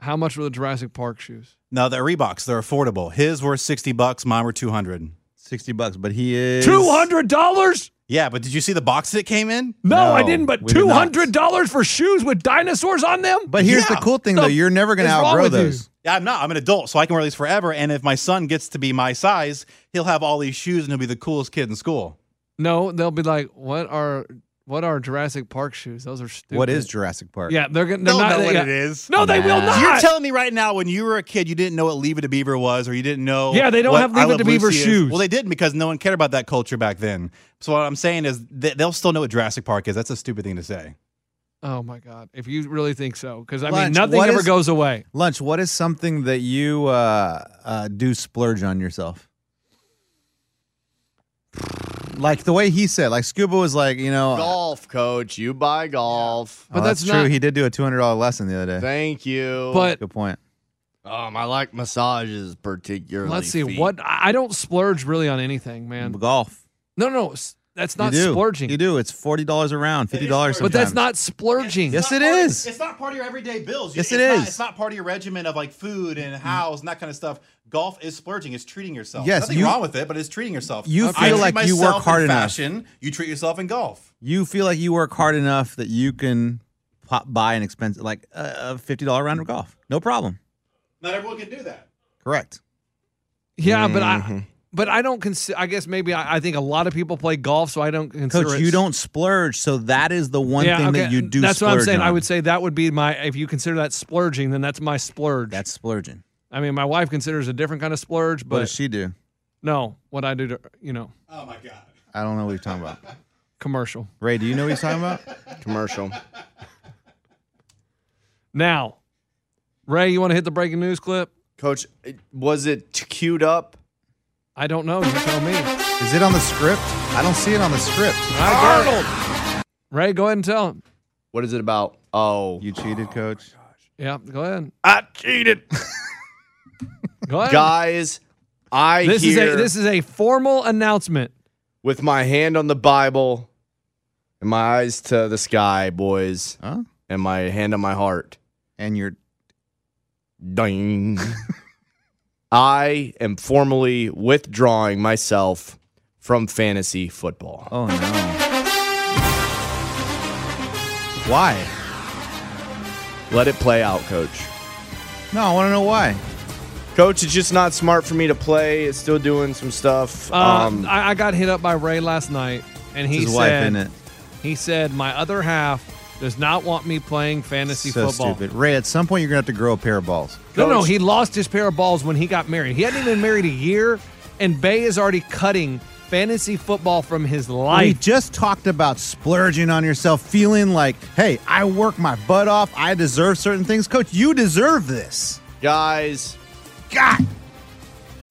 Speaker 4: How much were the Jurassic Park shoes?
Speaker 10: No, they're Reeboks. They're affordable. His were 60 bucks. Mine were 200.
Speaker 2: Sixty bucks, but he is
Speaker 4: $200?
Speaker 10: Yeah, but did you see the box that it came in?
Speaker 4: No, I
Speaker 2: No,
Speaker 4: didn't, but
Speaker 2: we did not.
Speaker 4: $200 for shoes with dinosaurs on them?
Speaker 2: But here's the
Speaker 10: Yeah.
Speaker 2: cool thing,
Speaker 4: The
Speaker 2: though. You're never going to
Speaker 4: is wrong
Speaker 2: outgrow
Speaker 4: with you?
Speaker 2: those.
Speaker 10: Yeah, I'm not. I'm an adult, so I can wear these forever. And if my son gets to be my size, he'll have all these shoes and he'll be the coolest kid in school.
Speaker 4: no, they'll be like, what are. What are Jurassic Park shoes? Those are stupid.
Speaker 11: What is Jurassic Park?
Speaker 4: Yeah, they're gonna. They're
Speaker 10: They'll
Speaker 4: not,
Speaker 10: know
Speaker 4: they
Speaker 10: what
Speaker 4: got-
Speaker 10: it is.
Speaker 4: No, they will not.
Speaker 10: You're telling me right now, when you were a kid, you didn't know what Leave It to Beaver was, or you didn't know.
Speaker 4: Yeah, they don't
Speaker 10: what
Speaker 4: have
Speaker 10: I
Speaker 4: Leave It
Speaker 10: Love
Speaker 4: to Beaver
Speaker 10: Lucy is.
Speaker 4: shoes.
Speaker 10: Well, they didn't because no one cared about that culture back then. So what I'm saying is th- they'll still know what Jurassic Park is. That's a stupid thing to say.
Speaker 4: Oh my god! If you really think so, because I mean,
Speaker 11: Lunch,
Speaker 4: nothing
Speaker 11: what
Speaker 4: ever
Speaker 11: is-
Speaker 4: goes away.
Speaker 11: Lunch, what is something that you uh, uh, do splurge on yourself? Like the way he said, like Scuba was like, you know,
Speaker 3: golf, coach. You buy golf.
Speaker 11: oh, that's, true. He did do a two hundred dollar lesson the other day.
Speaker 3: Thank you.
Speaker 11: good point.
Speaker 3: Um, I like massages particularly.
Speaker 4: Let's see
Speaker 3: feet.
Speaker 4: what I I don't splurge really on anything, man.
Speaker 11: Golf.
Speaker 4: No, no, s- that's not
Speaker 11: Mm-hmm. you do.
Speaker 4: splurging.
Speaker 11: You do. It's forty dollars a round, fifty dollars.
Speaker 4: But that's not splurging.
Speaker 11: Yes, it is.
Speaker 10: It's not part of your everyday bills.
Speaker 11: Yes,
Speaker 10: it's
Speaker 11: it
Speaker 10: not-
Speaker 11: is. Mm.
Speaker 10: it's not part of your regimen of like food and house and that kind of stuff. Golf is splurging. It's treating yourself.
Speaker 11: Yes,
Speaker 10: nothing
Speaker 11: you-
Speaker 10: wrong with it, but it's treating yourself.
Speaker 11: You
Speaker 10: I
Speaker 11: feel
Speaker 10: treat
Speaker 11: like you work
Speaker 10: myself in
Speaker 11: hard enough.
Speaker 10: Fashion. You treat yourself in golf.
Speaker 11: You feel like you work hard enough that you can pop buy an expensive, like uh, a fifty dollar round of golf, no problem.
Speaker 10: Not everyone can do that.
Speaker 11: Correct.
Speaker 4: Yeah, but
Speaker 11: Mm-hmm.
Speaker 4: I, but I don't consider. I guess maybe I, I think a lot of people play golf, so I don't consider.
Speaker 11: Coach,
Speaker 4: it
Speaker 11: you
Speaker 4: s-
Speaker 11: don't splurge, so that is the one
Speaker 4: Yeah,
Speaker 11: thing
Speaker 4: okay,
Speaker 11: that you do.
Speaker 4: That's what I'm
Speaker 11: splurge
Speaker 4: saying. I
Speaker 11: on.
Speaker 4: would say that would be my. If you consider that splurging, then that's my splurge. That's
Speaker 11: splurging.
Speaker 4: I mean, my wife considers a different kind of splurge,
Speaker 11: What
Speaker 4: but
Speaker 11: does she do?
Speaker 4: no, what I do to you know
Speaker 10: Oh
Speaker 11: I don't know what you're talking about.
Speaker 4: commercial
Speaker 11: Ray, do you know what he's talking about?
Speaker 3: Commercial.
Speaker 4: now. Ray, you want to hit the breaking news clip?
Speaker 3: Coach, was it queued up?
Speaker 4: I don't know. You tell me.
Speaker 11: Is it on the script? I don't see it on the script.
Speaker 4: Ray, go ahead and tell him.
Speaker 3: What is it about? Oh,
Speaker 11: you cheated, coach.
Speaker 4: Yeah, go ahead.
Speaker 3: I cheated.
Speaker 4: *laughs* Go ahead.
Speaker 3: Guys, I
Speaker 4: this
Speaker 3: hear
Speaker 4: is a this is a formal announcement.
Speaker 3: with my hand on the Bible and my eyes to the sky, boys, and my hand on my heart.
Speaker 11: And your
Speaker 3: ding. *laughs* I am formally withdrawing myself from fantasy football.
Speaker 11: Oh no. Why?
Speaker 3: Let it play out, coach.
Speaker 11: No, I want to know why.
Speaker 3: Coach, it's just not smart for me to play. It's still doing some stuff.
Speaker 4: Um, I, I got hit up by Ray last night, and
Speaker 11: It's
Speaker 4: he
Speaker 11: his
Speaker 4: said,
Speaker 11: wife, isn't it?
Speaker 4: "He said my other half does not want me playing fantasy
Speaker 11: so
Speaker 4: football."
Speaker 11: stupid. Ray, at some point you're gonna have to grow a pair of balls.
Speaker 4: No, no, he lost his pair of balls when he got married. He hadn't even been married a year, and Bay is already cutting fantasy football from his
Speaker 11: We
Speaker 4: life.
Speaker 11: just talked about splurging on yourself, feeling like, hey, I work my butt off. I deserve certain things. Coach, you deserve this.
Speaker 3: Guys.
Speaker 12: God.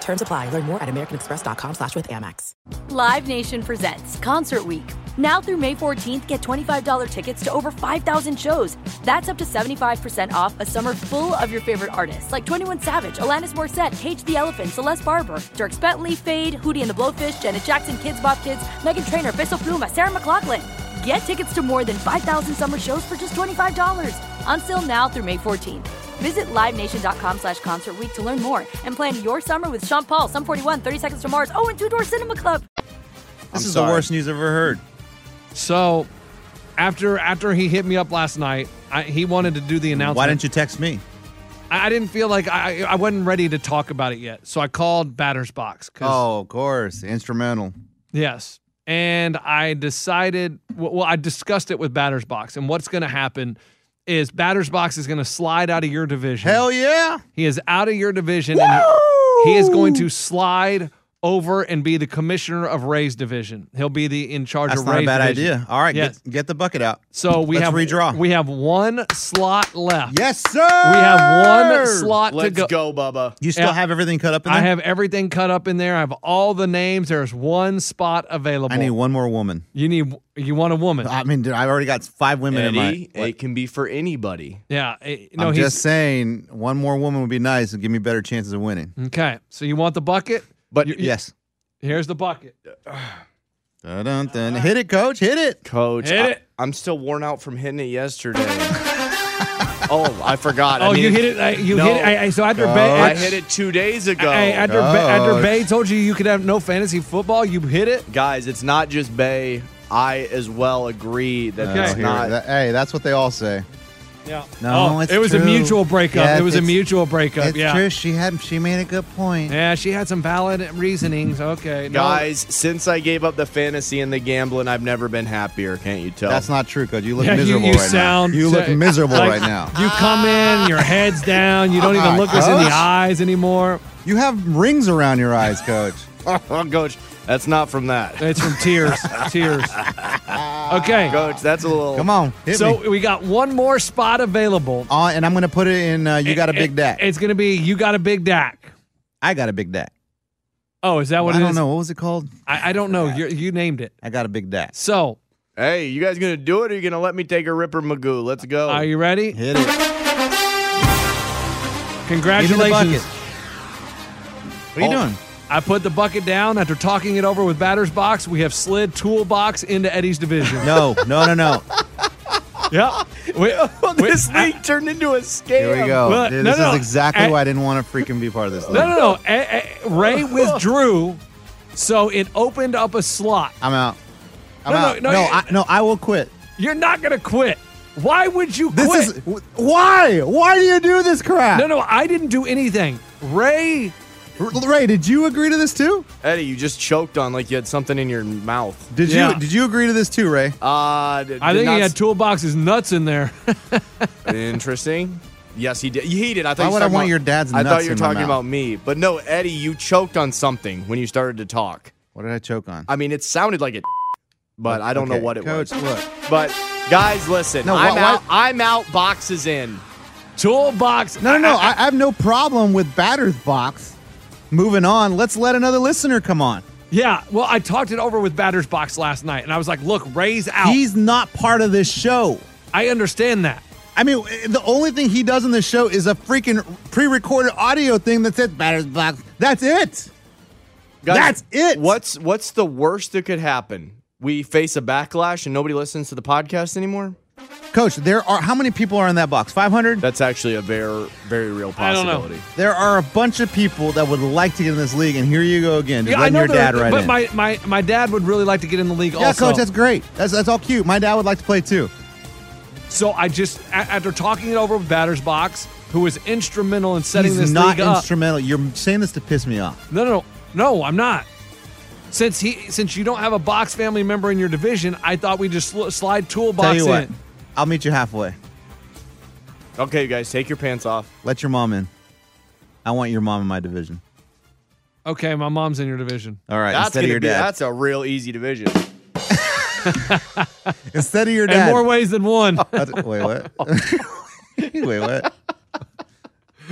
Speaker 6: Terms apply. Learn more at americanexpress.com slash with Amex.
Speaker 7: Live Nation presents Concert Week. Now through May 14th, get $25 tickets to over 5,000 shows. That's up to 75% off a summer full of your favorite artists like 21 Savage, Alanis Morissette, Cage the Elephant, Celeste Barber, Dirk Bentley, Fade, Hootie and the Blowfish, Janet Jackson, Kids Bop Kids, Megan Trainor, Bissell Pluma, Sarah McLaughlin. Get tickets to more than 5,000 summer shows for just $25. Until now through May 14th. Visit LiveNation.com slash Concert Week to learn more and plan your summer with Sean Paul, Sum 41, 30 Seconds to Mars, oh, and Two Door Cinema Club.
Speaker 11: This
Speaker 4: I'm
Speaker 11: is
Speaker 4: sorry.
Speaker 11: the worst news I've ever heard.
Speaker 4: So, after after he hit me up last night, I, he wanted to do the announcement.
Speaker 11: Why didn't you text me?
Speaker 4: I, I didn't feel like I I I wasn't ready to talk about it yet, so I called Batters Box. 'cause-
Speaker 11: Oh, of course. The instrumental.
Speaker 4: Yes. And I decided, well, well, I discussed it with Batters Box. And what's going to happen is Batters Box is going to slide out of your division. Hell
Speaker 11: yeah.
Speaker 4: He is out of your division. And he- he is going to slide over and be the commissioner of Ray's division. He'll be the in charge
Speaker 2: That's
Speaker 4: of
Speaker 2: not
Speaker 4: Ray's
Speaker 2: a bad
Speaker 4: division.
Speaker 2: idea. All right,
Speaker 4: Yes.
Speaker 2: get, get the bucket out.
Speaker 4: So we
Speaker 2: Let's
Speaker 4: have
Speaker 2: redraw.
Speaker 4: We have one slot left.
Speaker 2: Yes, sir.
Speaker 4: We have one slot
Speaker 3: Let's
Speaker 4: to
Speaker 3: go, Bubba.
Speaker 2: You still
Speaker 4: Yeah.
Speaker 2: have everything cut up in
Speaker 4: I
Speaker 2: there?
Speaker 4: have everything cut up in there. I have all the names. There's one spot available.
Speaker 2: I need one more woman.
Speaker 4: You need you want a woman.
Speaker 2: I mean, dude, I already got five women
Speaker 3: Eddie,
Speaker 2: in my.
Speaker 3: it can be for anybody.
Speaker 4: Yeah. eh, No,
Speaker 2: I'm
Speaker 4: he's
Speaker 2: just saying, one more woman would be nice and give me better chances of winning.
Speaker 4: okay. So you want the bucket?
Speaker 3: But
Speaker 2: yes.
Speaker 4: Here's the bucket.
Speaker 2: Dun, dun. Hit it, coach. Hit it.
Speaker 3: Coach,
Speaker 4: Hit
Speaker 3: I,
Speaker 4: it.
Speaker 3: I'm still worn out from hitting it yesterday. *laughs* oh, I forgot. I
Speaker 4: Oh, you hit
Speaker 3: needed-
Speaker 4: it. I, you
Speaker 3: No.
Speaker 4: hit it. I, I- so after Bay,
Speaker 3: I hit it two days ago.
Speaker 4: Hey, after, ba- after Bay told you you could have no fantasy football, you hit it.
Speaker 3: Guys, it's not just Bay. I as well agree that
Speaker 2: Oh,
Speaker 3: it's
Speaker 2: here-
Speaker 3: not.
Speaker 2: that- hey, that's what they all say.
Speaker 4: Yeah.
Speaker 2: No,
Speaker 4: Oh,
Speaker 2: it's
Speaker 4: it was a
Speaker 2: true.
Speaker 4: mutual breakup.
Speaker 2: Yeah,
Speaker 4: it was a
Speaker 2: it's-
Speaker 4: mutual breakup.
Speaker 2: It's
Speaker 4: yeah.
Speaker 2: true. She had. She made a good point.
Speaker 4: Yeah, she had some valid reasonings. Okay. no.
Speaker 3: Guys, since I gave up the fantasy and the gambling, I've never been happier. Can't you tell?
Speaker 2: That's not true, coach. You look
Speaker 4: Yeah, you-
Speaker 2: miserable
Speaker 4: you
Speaker 2: right
Speaker 4: sound-
Speaker 2: now. You look
Speaker 4: so-
Speaker 2: miserable
Speaker 4: *laughs* like-
Speaker 2: right now.
Speaker 4: You come in, your head's down. You don't even
Speaker 2: Ah,
Speaker 4: look us in the
Speaker 2: coach.
Speaker 4: eyes anymore.
Speaker 2: You have rings around your
Speaker 4: *laughs*
Speaker 2: eyes, coach.
Speaker 3: Oh, coach, that's not from that.
Speaker 4: It's from tears. tears. Okay.
Speaker 3: Coach, that's a little.
Speaker 2: Come on, hit
Speaker 4: So
Speaker 2: me.
Speaker 4: we got one more spot available.
Speaker 2: Uh, and I'm gonna put it in. Uh, you got a big deck.
Speaker 4: It's going to be You Got a Big Dak.
Speaker 2: I got a big deck.
Speaker 4: Oh, is that what
Speaker 2: I
Speaker 4: it
Speaker 2: don't
Speaker 4: is?
Speaker 2: know what was it called.
Speaker 4: I, I don't know. you you named it.
Speaker 2: I got a big deck.
Speaker 4: So
Speaker 3: Hey, you guys gonna do it or you gonna let me take a ripper magoo? Let's go.
Speaker 4: are you ready?
Speaker 2: Oh. Hit it.
Speaker 4: Congratulations.
Speaker 2: bucket. What are you
Speaker 3: Oh.
Speaker 2: doing?
Speaker 4: I put the bucket down after talking it over with Batter's Box. We have slid Toolbox into Eddie's
Speaker 2: *laughs*
Speaker 4: division.
Speaker 2: No, no,
Speaker 4: *laughs*
Speaker 2: no, no.
Speaker 4: yeah. We-
Speaker 2: oh,
Speaker 4: we-
Speaker 3: this league turned into a scam.
Speaker 2: Here we go.
Speaker 4: Well,
Speaker 2: Dude,
Speaker 4: no,
Speaker 2: this
Speaker 4: no,
Speaker 2: is
Speaker 4: no.
Speaker 2: exactly
Speaker 4: I-
Speaker 2: why I didn't want to freaking be part of this.
Speaker 4: *laughs*
Speaker 2: League.
Speaker 4: No, no, no. Eh, eh,
Speaker 2: *laughs*
Speaker 4: Ray withdrew, so it opened up a slot.
Speaker 2: I'm out. I'm
Speaker 4: No, no,
Speaker 2: out.
Speaker 4: no,
Speaker 2: No,
Speaker 4: you-
Speaker 2: I, no, I will quit.
Speaker 4: You're not gonna quit. Why would you
Speaker 2: This
Speaker 4: quit?
Speaker 2: is wh- why. Why do you do this crap?
Speaker 4: no, no. I didn't do anything. Ray,
Speaker 2: R- Ray, did you agree to this too?
Speaker 3: Eddie, you just choked on like you had something in your mouth.
Speaker 2: Did
Speaker 4: Yeah.
Speaker 2: you did you agree to this too, Ray?
Speaker 3: Uh, d-
Speaker 4: I
Speaker 3: did
Speaker 4: think
Speaker 3: not
Speaker 4: he had Toolbox's nuts in there. *laughs*
Speaker 3: s- interesting. Yes, he did. He did. I thought
Speaker 2: Why
Speaker 3: you
Speaker 2: would
Speaker 3: were
Speaker 2: I
Speaker 3: talking
Speaker 2: want
Speaker 3: about-
Speaker 2: your dad's
Speaker 3: I thought
Speaker 2: nuts
Speaker 3: you were
Speaker 2: in my
Speaker 3: talking
Speaker 2: mouth?
Speaker 3: about me, but no, Eddie, you choked on something when you started to talk.
Speaker 2: What did I choke on?
Speaker 3: I mean, it sounded like it, but I don't
Speaker 2: Okay,
Speaker 3: know what it
Speaker 2: Coach,
Speaker 3: was.
Speaker 2: look.
Speaker 3: But guys, listen,
Speaker 2: No,
Speaker 3: I'm
Speaker 2: why- why-
Speaker 3: out. I'm out. Boxes in.
Speaker 4: toolbox.
Speaker 2: No, no, no. I, I have no problem with batter's box. Moving on, let's let another listener come on.
Speaker 4: yeah. Well, I talked it over with Batter's Box last night, and I was like, "Look, Ray's out.
Speaker 2: He's not part of this show.
Speaker 4: I understand that."
Speaker 2: I mean, the only thing he does on this show is a freaking pre-recorded audio thing that says batter's box. That's it.
Speaker 3: Guys,
Speaker 2: That's it.
Speaker 3: What's What's the worst that could happen? We face a backlash and nobody listens to the podcast anymore.
Speaker 2: Coach, there are how many people are in that box? 500?
Speaker 3: That's actually a very, very real
Speaker 4: I don't know.
Speaker 3: possibility.
Speaker 2: There are a bunch of people that would like to get in this league, and here you go again. Just letting your
Speaker 4: there-
Speaker 2: dad right
Speaker 4: but
Speaker 2: in.
Speaker 4: my, my my dad would really like to get in the league.
Speaker 2: yeah,
Speaker 4: also.
Speaker 2: coach, that's great. That's that's all cute. My dad would like to play too.
Speaker 4: So I just a- after talking it over with Batter's Box, who was instrumental in setting
Speaker 2: He's
Speaker 4: this
Speaker 2: not
Speaker 4: league up.
Speaker 2: instrumental. You're saying this to piss me off.
Speaker 4: No, no, no, I'm not. Since he, since you don't have a box family member in your division, I thought we just sl- slide toolbox
Speaker 2: Tell you what,
Speaker 4: in.
Speaker 2: I'll meet you halfway.
Speaker 3: Okay, you guys, take your pants off.
Speaker 2: Let your mom in. I want your mom in my division.
Speaker 4: Okay, my mom's in your division.
Speaker 2: All right,
Speaker 3: that's
Speaker 2: instead of
Speaker 3: gonna
Speaker 2: your
Speaker 3: be,
Speaker 2: dad.
Speaker 3: That's a real easy division.
Speaker 2: Instead of your
Speaker 4: In
Speaker 2: dad.
Speaker 4: more ways than one. *laughs*
Speaker 2: That's- Wait, what? *laughs* Wait, what?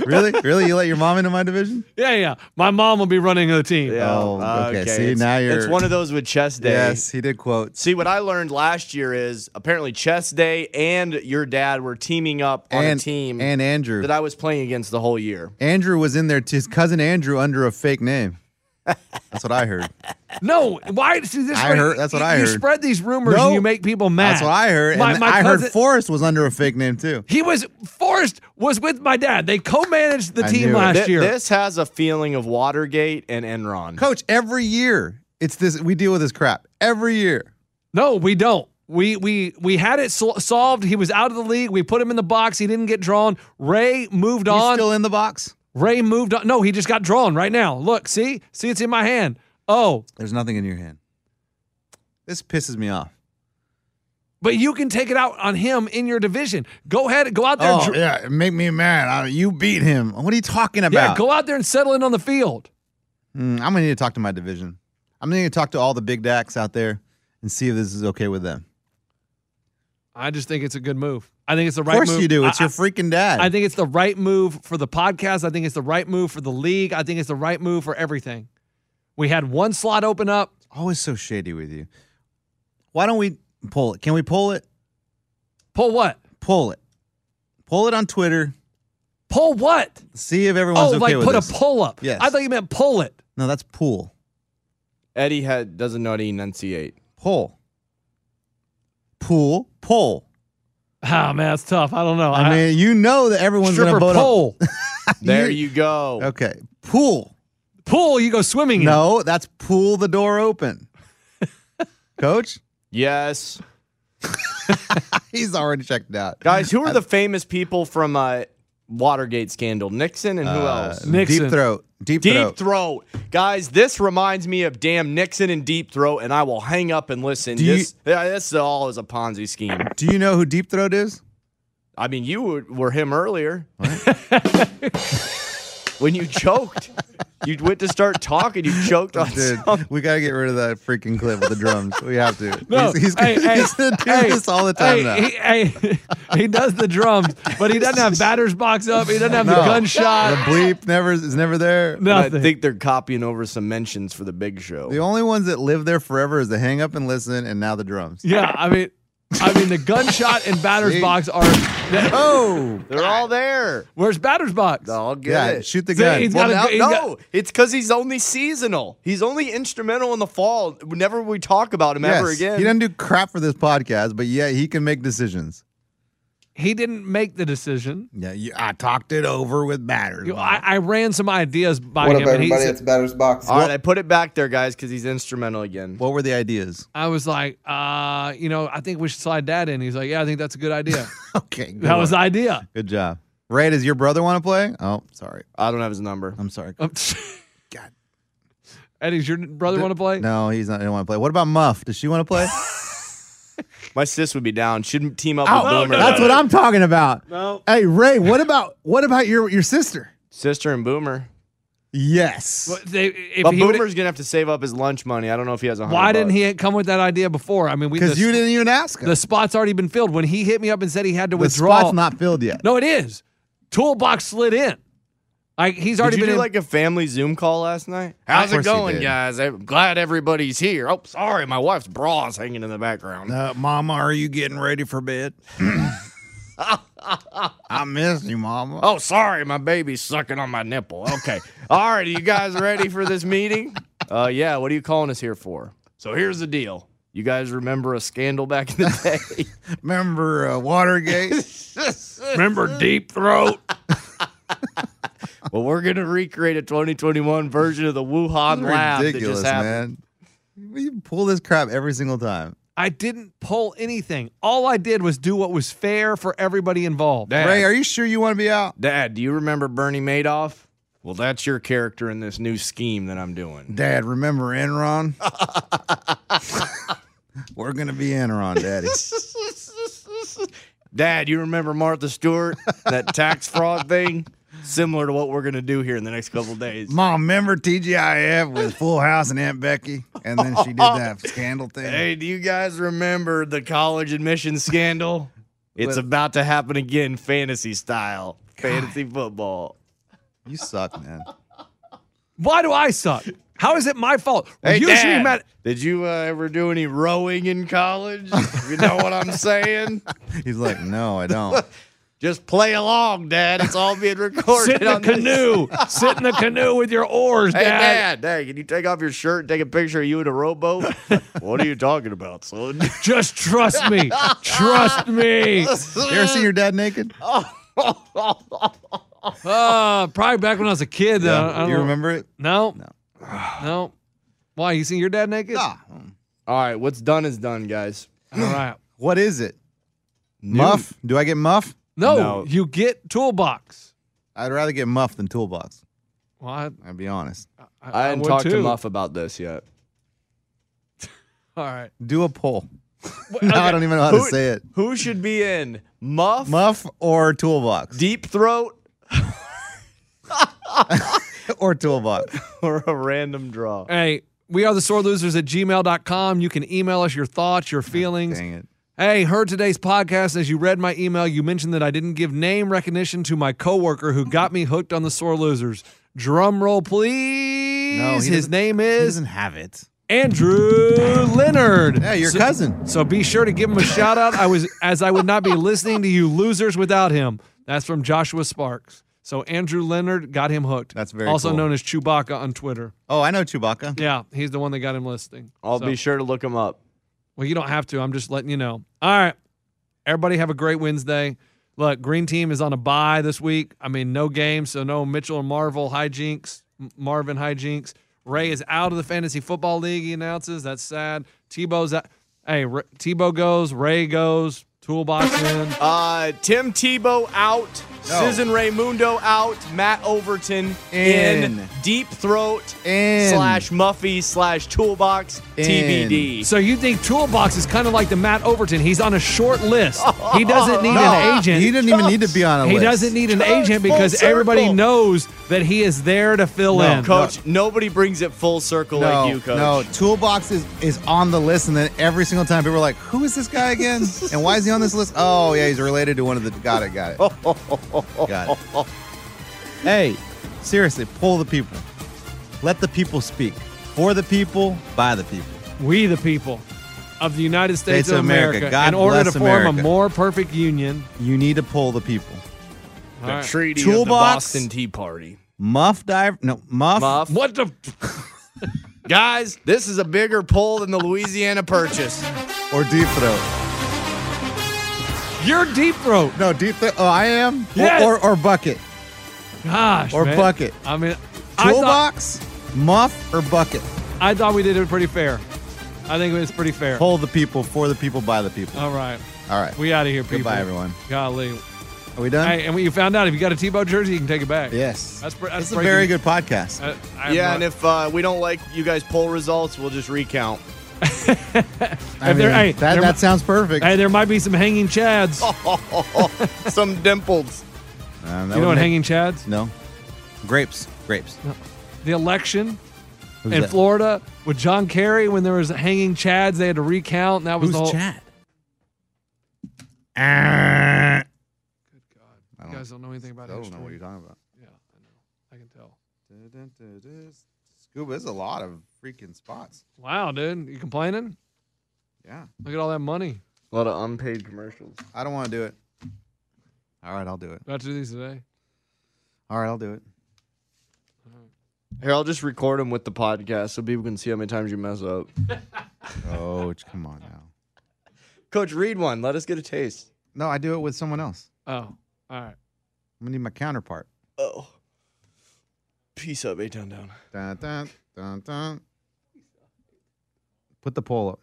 Speaker 2: Really? Really? You let your mom into my division?
Speaker 4: yeah, yeah. My mom will be running the team.
Speaker 3: Yeah.
Speaker 2: Oh, okay. See,
Speaker 3: it's,
Speaker 2: now
Speaker 3: It's
Speaker 2: you're-
Speaker 3: one of those with chess day.
Speaker 2: Yes, he did quote.
Speaker 3: See, what I learned last year is apparently chess day and your dad were teaming up on
Speaker 2: and
Speaker 3: a team
Speaker 2: and Andrew.
Speaker 3: that I was playing against the whole year.
Speaker 2: Andrew was in there. T- his cousin Andrew under a fake name. That's what I
Speaker 4: *laughs*
Speaker 2: heard.
Speaker 4: No, why? See, this
Speaker 2: I
Speaker 4: way-
Speaker 2: heard- that's what
Speaker 4: you,
Speaker 2: I
Speaker 4: You
Speaker 2: heard.
Speaker 4: spread these rumors and
Speaker 2: No.
Speaker 4: you make people mad.
Speaker 2: That's what I heard.
Speaker 4: My,
Speaker 2: and
Speaker 4: my
Speaker 2: I
Speaker 4: cousin,
Speaker 2: heard Forrest was under a fake name too.
Speaker 4: He was Forrest was with my dad. They co-managed the
Speaker 2: I
Speaker 4: team
Speaker 2: knew it.
Speaker 4: last
Speaker 3: Th-
Speaker 4: year.
Speaker 3: This has a feeling of Watergate and Enron.
Speaker 2: Coach, every year it's this. We deal with this crap every year.
Speaker 4: No, we don't. We we we had it sol- solved. He was out of the league. We put him in the box. He didn't get drawn. Ray moved
Speaker 2: You
Speaker 4: on.
Speaker 2: still in the box?
Speaker 4: Ray moved on. No, he just got drawn right now. Look, see, see, it's in my hand. Oh,
Speaker 2: There's nothing in your hand. This pisses me off.
Speaker 4: but you can take it out on him in your division. Go ahead, go out there. and
Speaker 2: Oh
Speaker 4: dr-
Speaker 2: yeah, make me mad. I- you beat him. What are you talking
Speaker 4: yeah,
Speaker 2: about?
Speaker 4: go out there and settle in on the field.
Speaker 2: Mm, I'm gonna need to talk to my division. I'm gonna need to talk to all the big DACs out there and see if this is okay with them.
Speaker 4: I just think it's a good move. I think it's the
Speaker 2: Of
Speaker 4: right move.
Speaker 2: course you do. It's
Speaker 4: I-
Speaker 2: your freaking dad.
Speaker 4: I think it's the right move for the podcast. I think it's the right move for the league. I think it's the right move for everything. We had one slot open up.
Speaker 2: Always so shady with you. Why don't we pull it? Can we pull it?
Speaker 4: Pull what?
Speaker 2: Pull it. Pull it on Twitter.
Speaker 4: Pull what?
Speaker 2: See if everyone's
Speaker 4: oh, like
Speaker 2: okay with
Speaker 4: put
Speaker 2: this.
Speaker 4: a pull up.
Speaker 2: Yes.
Speaker 4: I thought you meant pull it.
Speaker 2: no, that's pool.
Speaker 3: Eddie had, doesn't know how
Speaker 2: *laughs*
Speaker 3: to enunciate.
Speaker 2: Pull. Pool. Pull.
Speaker 4: Oh man, that's tough. I don't know.
Speaker 2: I, mean, you know that everyone's
Speaker 4: stripper
Speaker 2: gonna
Speaker 4: pull.
Speaker 2: vote *laughs* on.
Speaker 3: There you go.
Speaker 2: Okay. Pool.
Speaker 4: Pool. You go swimming.
Speaker 2: No, that's pull the door open. *laughs* Coach,
Speaker 3: Yes.
Speaker 2: he's already checked out.
Speaker 3: Guys, who are the famous people from uh, Watergate scandal? Nixon and who
Speaker 2: Uh,
Speaker 3: else?
Speaker 2: Nixon. Deep Throat. Deep Throat.
Speaker 3: Throat. Guys, this reminds me of damn Nixon and Deep Throat, and I will hang up and listen.
Speaker 2: Do you-
Speaker 3: this, yeah, this all is a Ponzi scheme.
Speaker 2: Do you know who Deep
Speaker 4: *laughs*
Speaker 2: Throat is?
Speaker 3: I mean, you were, were him earlier.
Speaker 2: *laughs*
Speaker 3: when you choked, you went to start talking, you choked on
Speaker 2: Dude, we gotta get rid of that freaking clip with the drums. We have to.
Speaker 4: No,
Speaker 2: he's, he's,
Speaker 4: hey, hey,
Speaker 2: he's gonna do
Speaker 4: hey,
Speaker 2: this all the time
Speaker 4: hey,
Speaker 2: now.
Speaker 4: He, hey, *laughs* he does the drums, but he doesn't
Speaker 2: *laughs*
Speaker 4: have batter's box up. He doesn't have the
Speaker 3: No.
Speaker 4: gunshot.
Speaker 2: the bleep never is never there.
Speaker 3: I think they're copying over some mentions for the big show.
Speaker 2: The only ones that live there forever is the hang up and listen, and now the drums.
Speaker 4: Yeah, I mean, I mean the gunshot and
Speaker 2: *laughs*
Speaker 4: batter's
Speaker 2: See?
Speaker 4: box are.
Speaker 2: Oh,
Speaker 3: They're all there.
Speaker 4: where's batter's box?
Speaker 3: I'll get
Speaker 2: Yeah,
Speaker 3: it.
Speaker 2: shoot the
Speaker 4: See,
Speaker 2: gun.
Speaker 4: he's
Speaker 3: Well,
Speaker 4: got a-
Speaker 3: now-
Speaker 4: he's got-
Speaker 3: no, it's because he's only seasonal. He's only instrumental in the fall. Never we talk about him ever
Speaker 2: Yes,
Speaker 3: again.
Speaker 2: He doesn't do crap for this podcast, but yeah, he can make decisions.
Speaker 4: He didn't make the decision.
Speaker 2: Yeah, you, I talked it over with batters.
Speaker 4: You- I, I ran some ideas by him, and he said,
Speaker 3: Batter's Box. All right, I put it back there, guys, because he's instrumental again.
Speaker 2: What were
Speaker 4: *laughs*
Speaker 2: the ideas?
Speaker 4: I was like, uh, you know, I think we should slide that in. He's like, yeah, I think that's a good
Speaker 2: *laughs*
Speaker 4: idea.
Speaker 2: Okay, good
Speaker 4: that was the
Speaker 2: one. *laughs*
Speaker 4: idea. *laughs*
Speaker 2: good job. Ray, does your brother want to play? Oh, sorry.
Speaker 3: I don't have his number.
Speaker 2: I'm sorry.
Speaker 4: God. Eddie's your brother want to play?
Speaker 2: No, he's not. He don't want to play. What about Muff? Does she want
Speaker 4: *laughs*
Speaker 2: to play?
Speaker 3: My sis would be down. She'd team up
Speaker 2: Oh,
Speaker 3: with Boomer.
Speaker 2: that's what I'm talking about. No. Hey, Ray, what about what about your your sister?
Speaker 3: Sister and Boomer.
Speaker 2: Yes.
Speaker 4: But they- if
Speaker 3: But
Speaker 4: he would've-
Speaker 3: Boomer's gonna have to save up his lunch money. I don't know if he has a. hundred
Speaker 4: Why didn't
Speaker 3: bucks.
Speaker 4: he come with that idea before? I mean, we
Speaker 2: Because
Speaker 4: the-
Speaker 2: you didn't even ask him.
Speaker 4: The spot's already been filled. When he hit me up and said he had to
Speaker 2: The
Speaker 4: withdraw,
Speaker 2: spot's not filled yet.
Speaker 4: No, it is. Toolbox slid in. Like he's
Speaker 3: Did
Speaker 4: already
Speaker 3: you
Speaker 4: been
Speaker 3: do
Speaker 4: in- *laughs*
Speaker 3: like a family Zoom call last night?
Speaker 2: Of course he did.
Speaker 3: guys? I'm glad everybody's here. Oh, sorry, my wife's bra is hanging in the background.
Speaker 13: Uh, Mama, are you getting ready for bed?
Speaker 2: I miss you, Mama.
Speaker 3: Oh, sorry, my baby's sucking on my nipple. Okay.
Speaker 2: *laughs*
Speaker 3: All right, are you guys ready for this meeting? Uh, yeah, what are you calling us here for? So here's the deal. You guys remember a scandal back in
Speaker 2: *laughs*
Speaker 3: the
Speaker 2: Remember
Speaker 4: *laughs*
Speaker 2: uh, Watergate?
Speaker 3: day?
Speaker 4: remember deep throat.
Speaker 3: well, we're going to recreate a 2021 version of the Wuhan lab that
Speaker 2: Ridiculous,
Speaker 3: just happened.
Speaker 2: man. We pull this crap every single time.
Speaker 4: *laughs* I didn't pull anything. All I did was do what was fair for everybody involved.
Speaker 3: Dad,
Speaker 2: Ray, are you sure you want to be out?
Speaker 3: Dad, do you remember Bernie Madoff? Well, that's your character in this new scheme that I'm doing.
Speaker 2: Dad, remember
Speaker 4: *laughs*
Speaker 2: Enron? *laughs* We're gonna be Enron, Daddy.
Speaker 3: Dad, you remember Martha Stewart, that tax fraud thing? Similar to what we're going to do here in the next couple days.
Speaker 2: Mom, remember TGIF
Speaker 4: *laughs*
Speaker 2: with Full House and Aunt Becky, and then she did that scandal thing.
Speaker 3: Hey, do you guys remember the college admission scandal? It's about to happen again, fantasy style, fantasy football.
Speaker 2: You suck, man.
Speaker 4: Why do I suck? How is it my fault?
Speaker 3: *laughs* Hey,
Speaker 4: you should
Speaker 3: Dad,
Speaker 4: be mad.
Speaker 3: did you uh, ever do any rowing in college? you know what I'm saying?
Speaker 2: He's like, no, I
Speaker 4: *laughs*
Speaker 2: don't.
Speaker 3: Just play along, Dad. It's all being recorded
Speaker 4: Sit in the
Speaker 3: on this.
Speaker 4: canoe. Sit in the canoe with your oars,
Speaker 3: Hey,
Speaker 4: Dad.
Speaker 3: Dad, Dad, can you take off your shirt and take a picture of you in
Speaker 2: *laughs*
Speaker 3: a rowboat? what are you talking about, son?
Speaker 4: Just trust me. trust
Speaker 3: *laughs*
Speaker 4: me.
Speaker 2: You ever seen your dad naked?
Speaker 4: Uh, probably back when I was a kid. though. I don't
Speaker 2: you
Speaker 4: know.
Speaker 2: remember it?
Speaker 4: No. No. no. Why? You seen your dad naked?
Speaker 2: Nah.
Speaker 3: All right, what's done is done, guys.
Speaker 4: All right.
Speaker 2: What is it? Muff? Do I get muff?
Speaker 4: No,
Speaker 3: No.
Speaker 4: you get toolbox.
Speaker 2: I'd rather get muff than toolbox.
Speaker 4: Well, I,
Speaker 2: I'll be honest.
Speaker 4: I,
Speaker 3: I
Speaker 4: I
Speaker 3: hadn't
Speaker 4: would
Speaker 3: talked to
Speaker 4: too.
Speaker 3: Muff about this yet.
Speaker 4: All right.
Speaker 2: Do a poll. *laughs* now I don't even know how to say it.
Speaker 3: Who should be in? Muff,
Speaker 2: *laughs* Muff or toolbox?
Speaker 3: Deep Throat,
Speaker 2: or toolbox.
Speaker 4: *laughs*
Speaker 3: or a random draw.
Speaker 4: Hey, we are the sore losers at gmail.com. You can email us your thoughts, your feelings.
Speaker 2: dang it.
Speaker 4: Hey, heard today's podcast. As you read my email, you mentioned that I didn't give name recognition to my coworker who got me hooked on the sore losers. Drum roll, please.
Speaker 11: No, he
Speaker 4: his
Speaker 11: doesn't-
Speaker 4: name is.
Speaker 11: doesn't have it.
Speaker 4: Andrew Leonard.
Speaker 11: Yeah, your
Speaker 4: So-
Speaker 11: cousin.
Speaker 4: So be sure to give him a shout out. I was as I would not be listening to you losers without him. That's from Joshua Sparks. So Andrew Leonard got him hooked. That's
Speaker 2: very
Speaker 4: also
Speaker 2: cool.
Speaker 4: known as Chewbacca on Twitter.
Speaker 2: Oh, I know Chewbacca.
Speaker 4: Yeah, he's the one that got him listing.
Speaker 3: I'll
Speaker 4: So-
Speaker 3: be sure to look him up.
Speaker 4: Well, you don't have to. I'm just letting you know. All right, everybody have a great Wednesday. Look, Green Team is on a bye this week. I mean, no game, so no Mitchell and Marvel hijinks. M- Marvin hijinks. Ray is out of the fantasy football league. He announces that's sad. Tebow's out. Hey, R- Tebow goes. Ray goes. Toolbox in.
Speaker 3: Uh, Tim Tebow out. Susan Raymundo out. Matt Overton in.
Speaker 4: In.
Speaker 3: Deep throat slash Muffy slash toolbox TBD.
Speaker 4: So you think Toolbox is kind of like the Matt Overton? He's on a short list. He
Speaker 11: *laughs*
Speaker 4: doesn't need an agent.
Speaker 11: He didn't even need to be on a
Speaker 4: He
Speaker 11: list.
Speaker 4: doesn't need an
Speaker 3: Coach,
Speaker 4: agent
Speaker 3: full
Speaker 4: because everybody
Speaker 3: circle.
Speaker 4: knows that he is there to fill in.
Speaker 3: coach, nobody brings it full circle
Speaker 11: No,
Speaker 3: like you, coach.
Speaker 11: no, toolbox is, is on the list, and then every single time people are like, "Who is this guy again? and why is he on this list? Oh yeah, he's related to one of the got it, got it, got it."
Speaker 2: Hey, seriously, pull the people. Let the people speak. For the people, by the people.
Speaker 4: We, the people of the United States,
Speaker 2: States of America. God
Speaker 4: in order
Speaker 2: bless
Speaker 4: to form
Speaker 2: America.
Speaker 4: a more perfect union.
Speaker 2: You need to pull the people.
Speaker 4: All right.
Speaker 3: Treaty of the
Speaker 2: Toolbox.
Speaker 3: Boston Tea Party.
Speaker 2: Muff diver. No, muff.
Speaker 3: Muff.
Speaker 4: What the?
Speaker 3: Guys, this is a bigger pull than the Louisiana Purchase.
Speaker 11: Or deep throat.
Speaker 4: You're deep throat.
Speaker 11: No, deep throat. Oh, I am. Or-
Speaker 4: Yes.
Speaker 11: Or, or bucket.
Speaker 4: Gosh,
Speaker 11: Or
Speaker 4: man.
Speaker 11: bucket.
Speaker 4: I mean, I thought,
Speaker 11: Toolbox, muff, or bucket.
Speaker 4: I thought we did it pretty fair. I think it was pretty fair.
Speaker 2: Pull the people. For the people, by the people.
Speaker 4: All right,
Speaker 11: All right.
Speaker 4: Uh, we out of here, people.
Speaker 11: Goodbye, everyone.
Speaker 4: Golly.
Speaker 11: Are we done?
Speaker 4: Hey, and what you found out, if you got a Tebow jersey, you can take it back.
Speaker 11: Yes.
Speaker 4: That's, Uh, pre- that's
Speaker 11: It's a
Speaker 4: breaking-
Speaker 11: very good podcast.
Speaker 4: I- I'm
Speaker 3: yeah,
Speaker 4: not-
Speaker 3: and if uh, we don't like you guys poll results, we'll just recount.
Speaker 11: I
Speaker 4: if
Speaker 11: mean,
Speaker 4: there- hey,
Speaker 11: that,
Speaker 4: there
Speaker 11: that
Speaker 4: mi-
Speaker 11: sounds perfect. Uh,
Speaker 4: hey, there might be some hanging chads.
Speaker 11: Oh,
Speaker 3: Some *laughs* dimpled.
Speaker 11: Um, that
Speaker 4: you
Speaker 11: would
Speaker 4: know what
Speaker 11: make-
Speaker 4: hanging chads?
Speaker 11: No.
Speaker 2: Grapes. Grapes.
Speaker 4: The election
Speaker 2: Who's
Speaker 4: in
Speaker 2: that?
Speaker 4: Florida with John Kerry when there was hanging chads, they had to recount. And that was
Speaker 2: Who's
Speaker 4: the whole,
Speaker 2: Chad?
Speaker 4: You guys don't know anything about
Speaker 11: I don't
Speaker 4: history.
Speaker 11: know what you're talking about.
Speaker 4: Yeah, I know. I can tell.
Speaker 11: Scuba is a lot of freaking spots.
Speaker 4: Wow, dude, you complaining?
Speaker 11: Yeah.
Speaker 4: Look at all that money.
Speaker 3: A lot of unpaid commercials.
Speaker 11: I don't want to do it. All right, I'll do it.
Speaker 4: Do I have to do these today?
Speaker 11: All right, I'll do it.
Speaker 3: Here, I'll just record them with the podcast so people can see how many times you mess up.
Speaker 11: Oh, come on now.
Speaker 3: Coach, read one. Let us get a taste.
Speaker 11: No, I do it with someone else.
Speaker 4: Oh, all right.
Speaker 11: I'm gonna need my counterpart.
Speaker 3: Oh. Peace up, eight down down.
Speaker 11: Dun, dun, dun, dun. Put the poll up.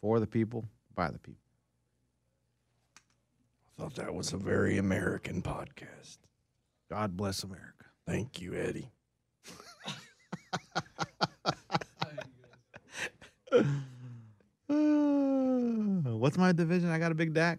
Speaker 11: For the people, by the people.
Speaker 3: I thought that was a very American podcast.
Speaker 11: God bless America.
Speaker 3: Thank you, Eddie.
Speaker 11: Uh, *sighs* what's my division? I got a big DAC.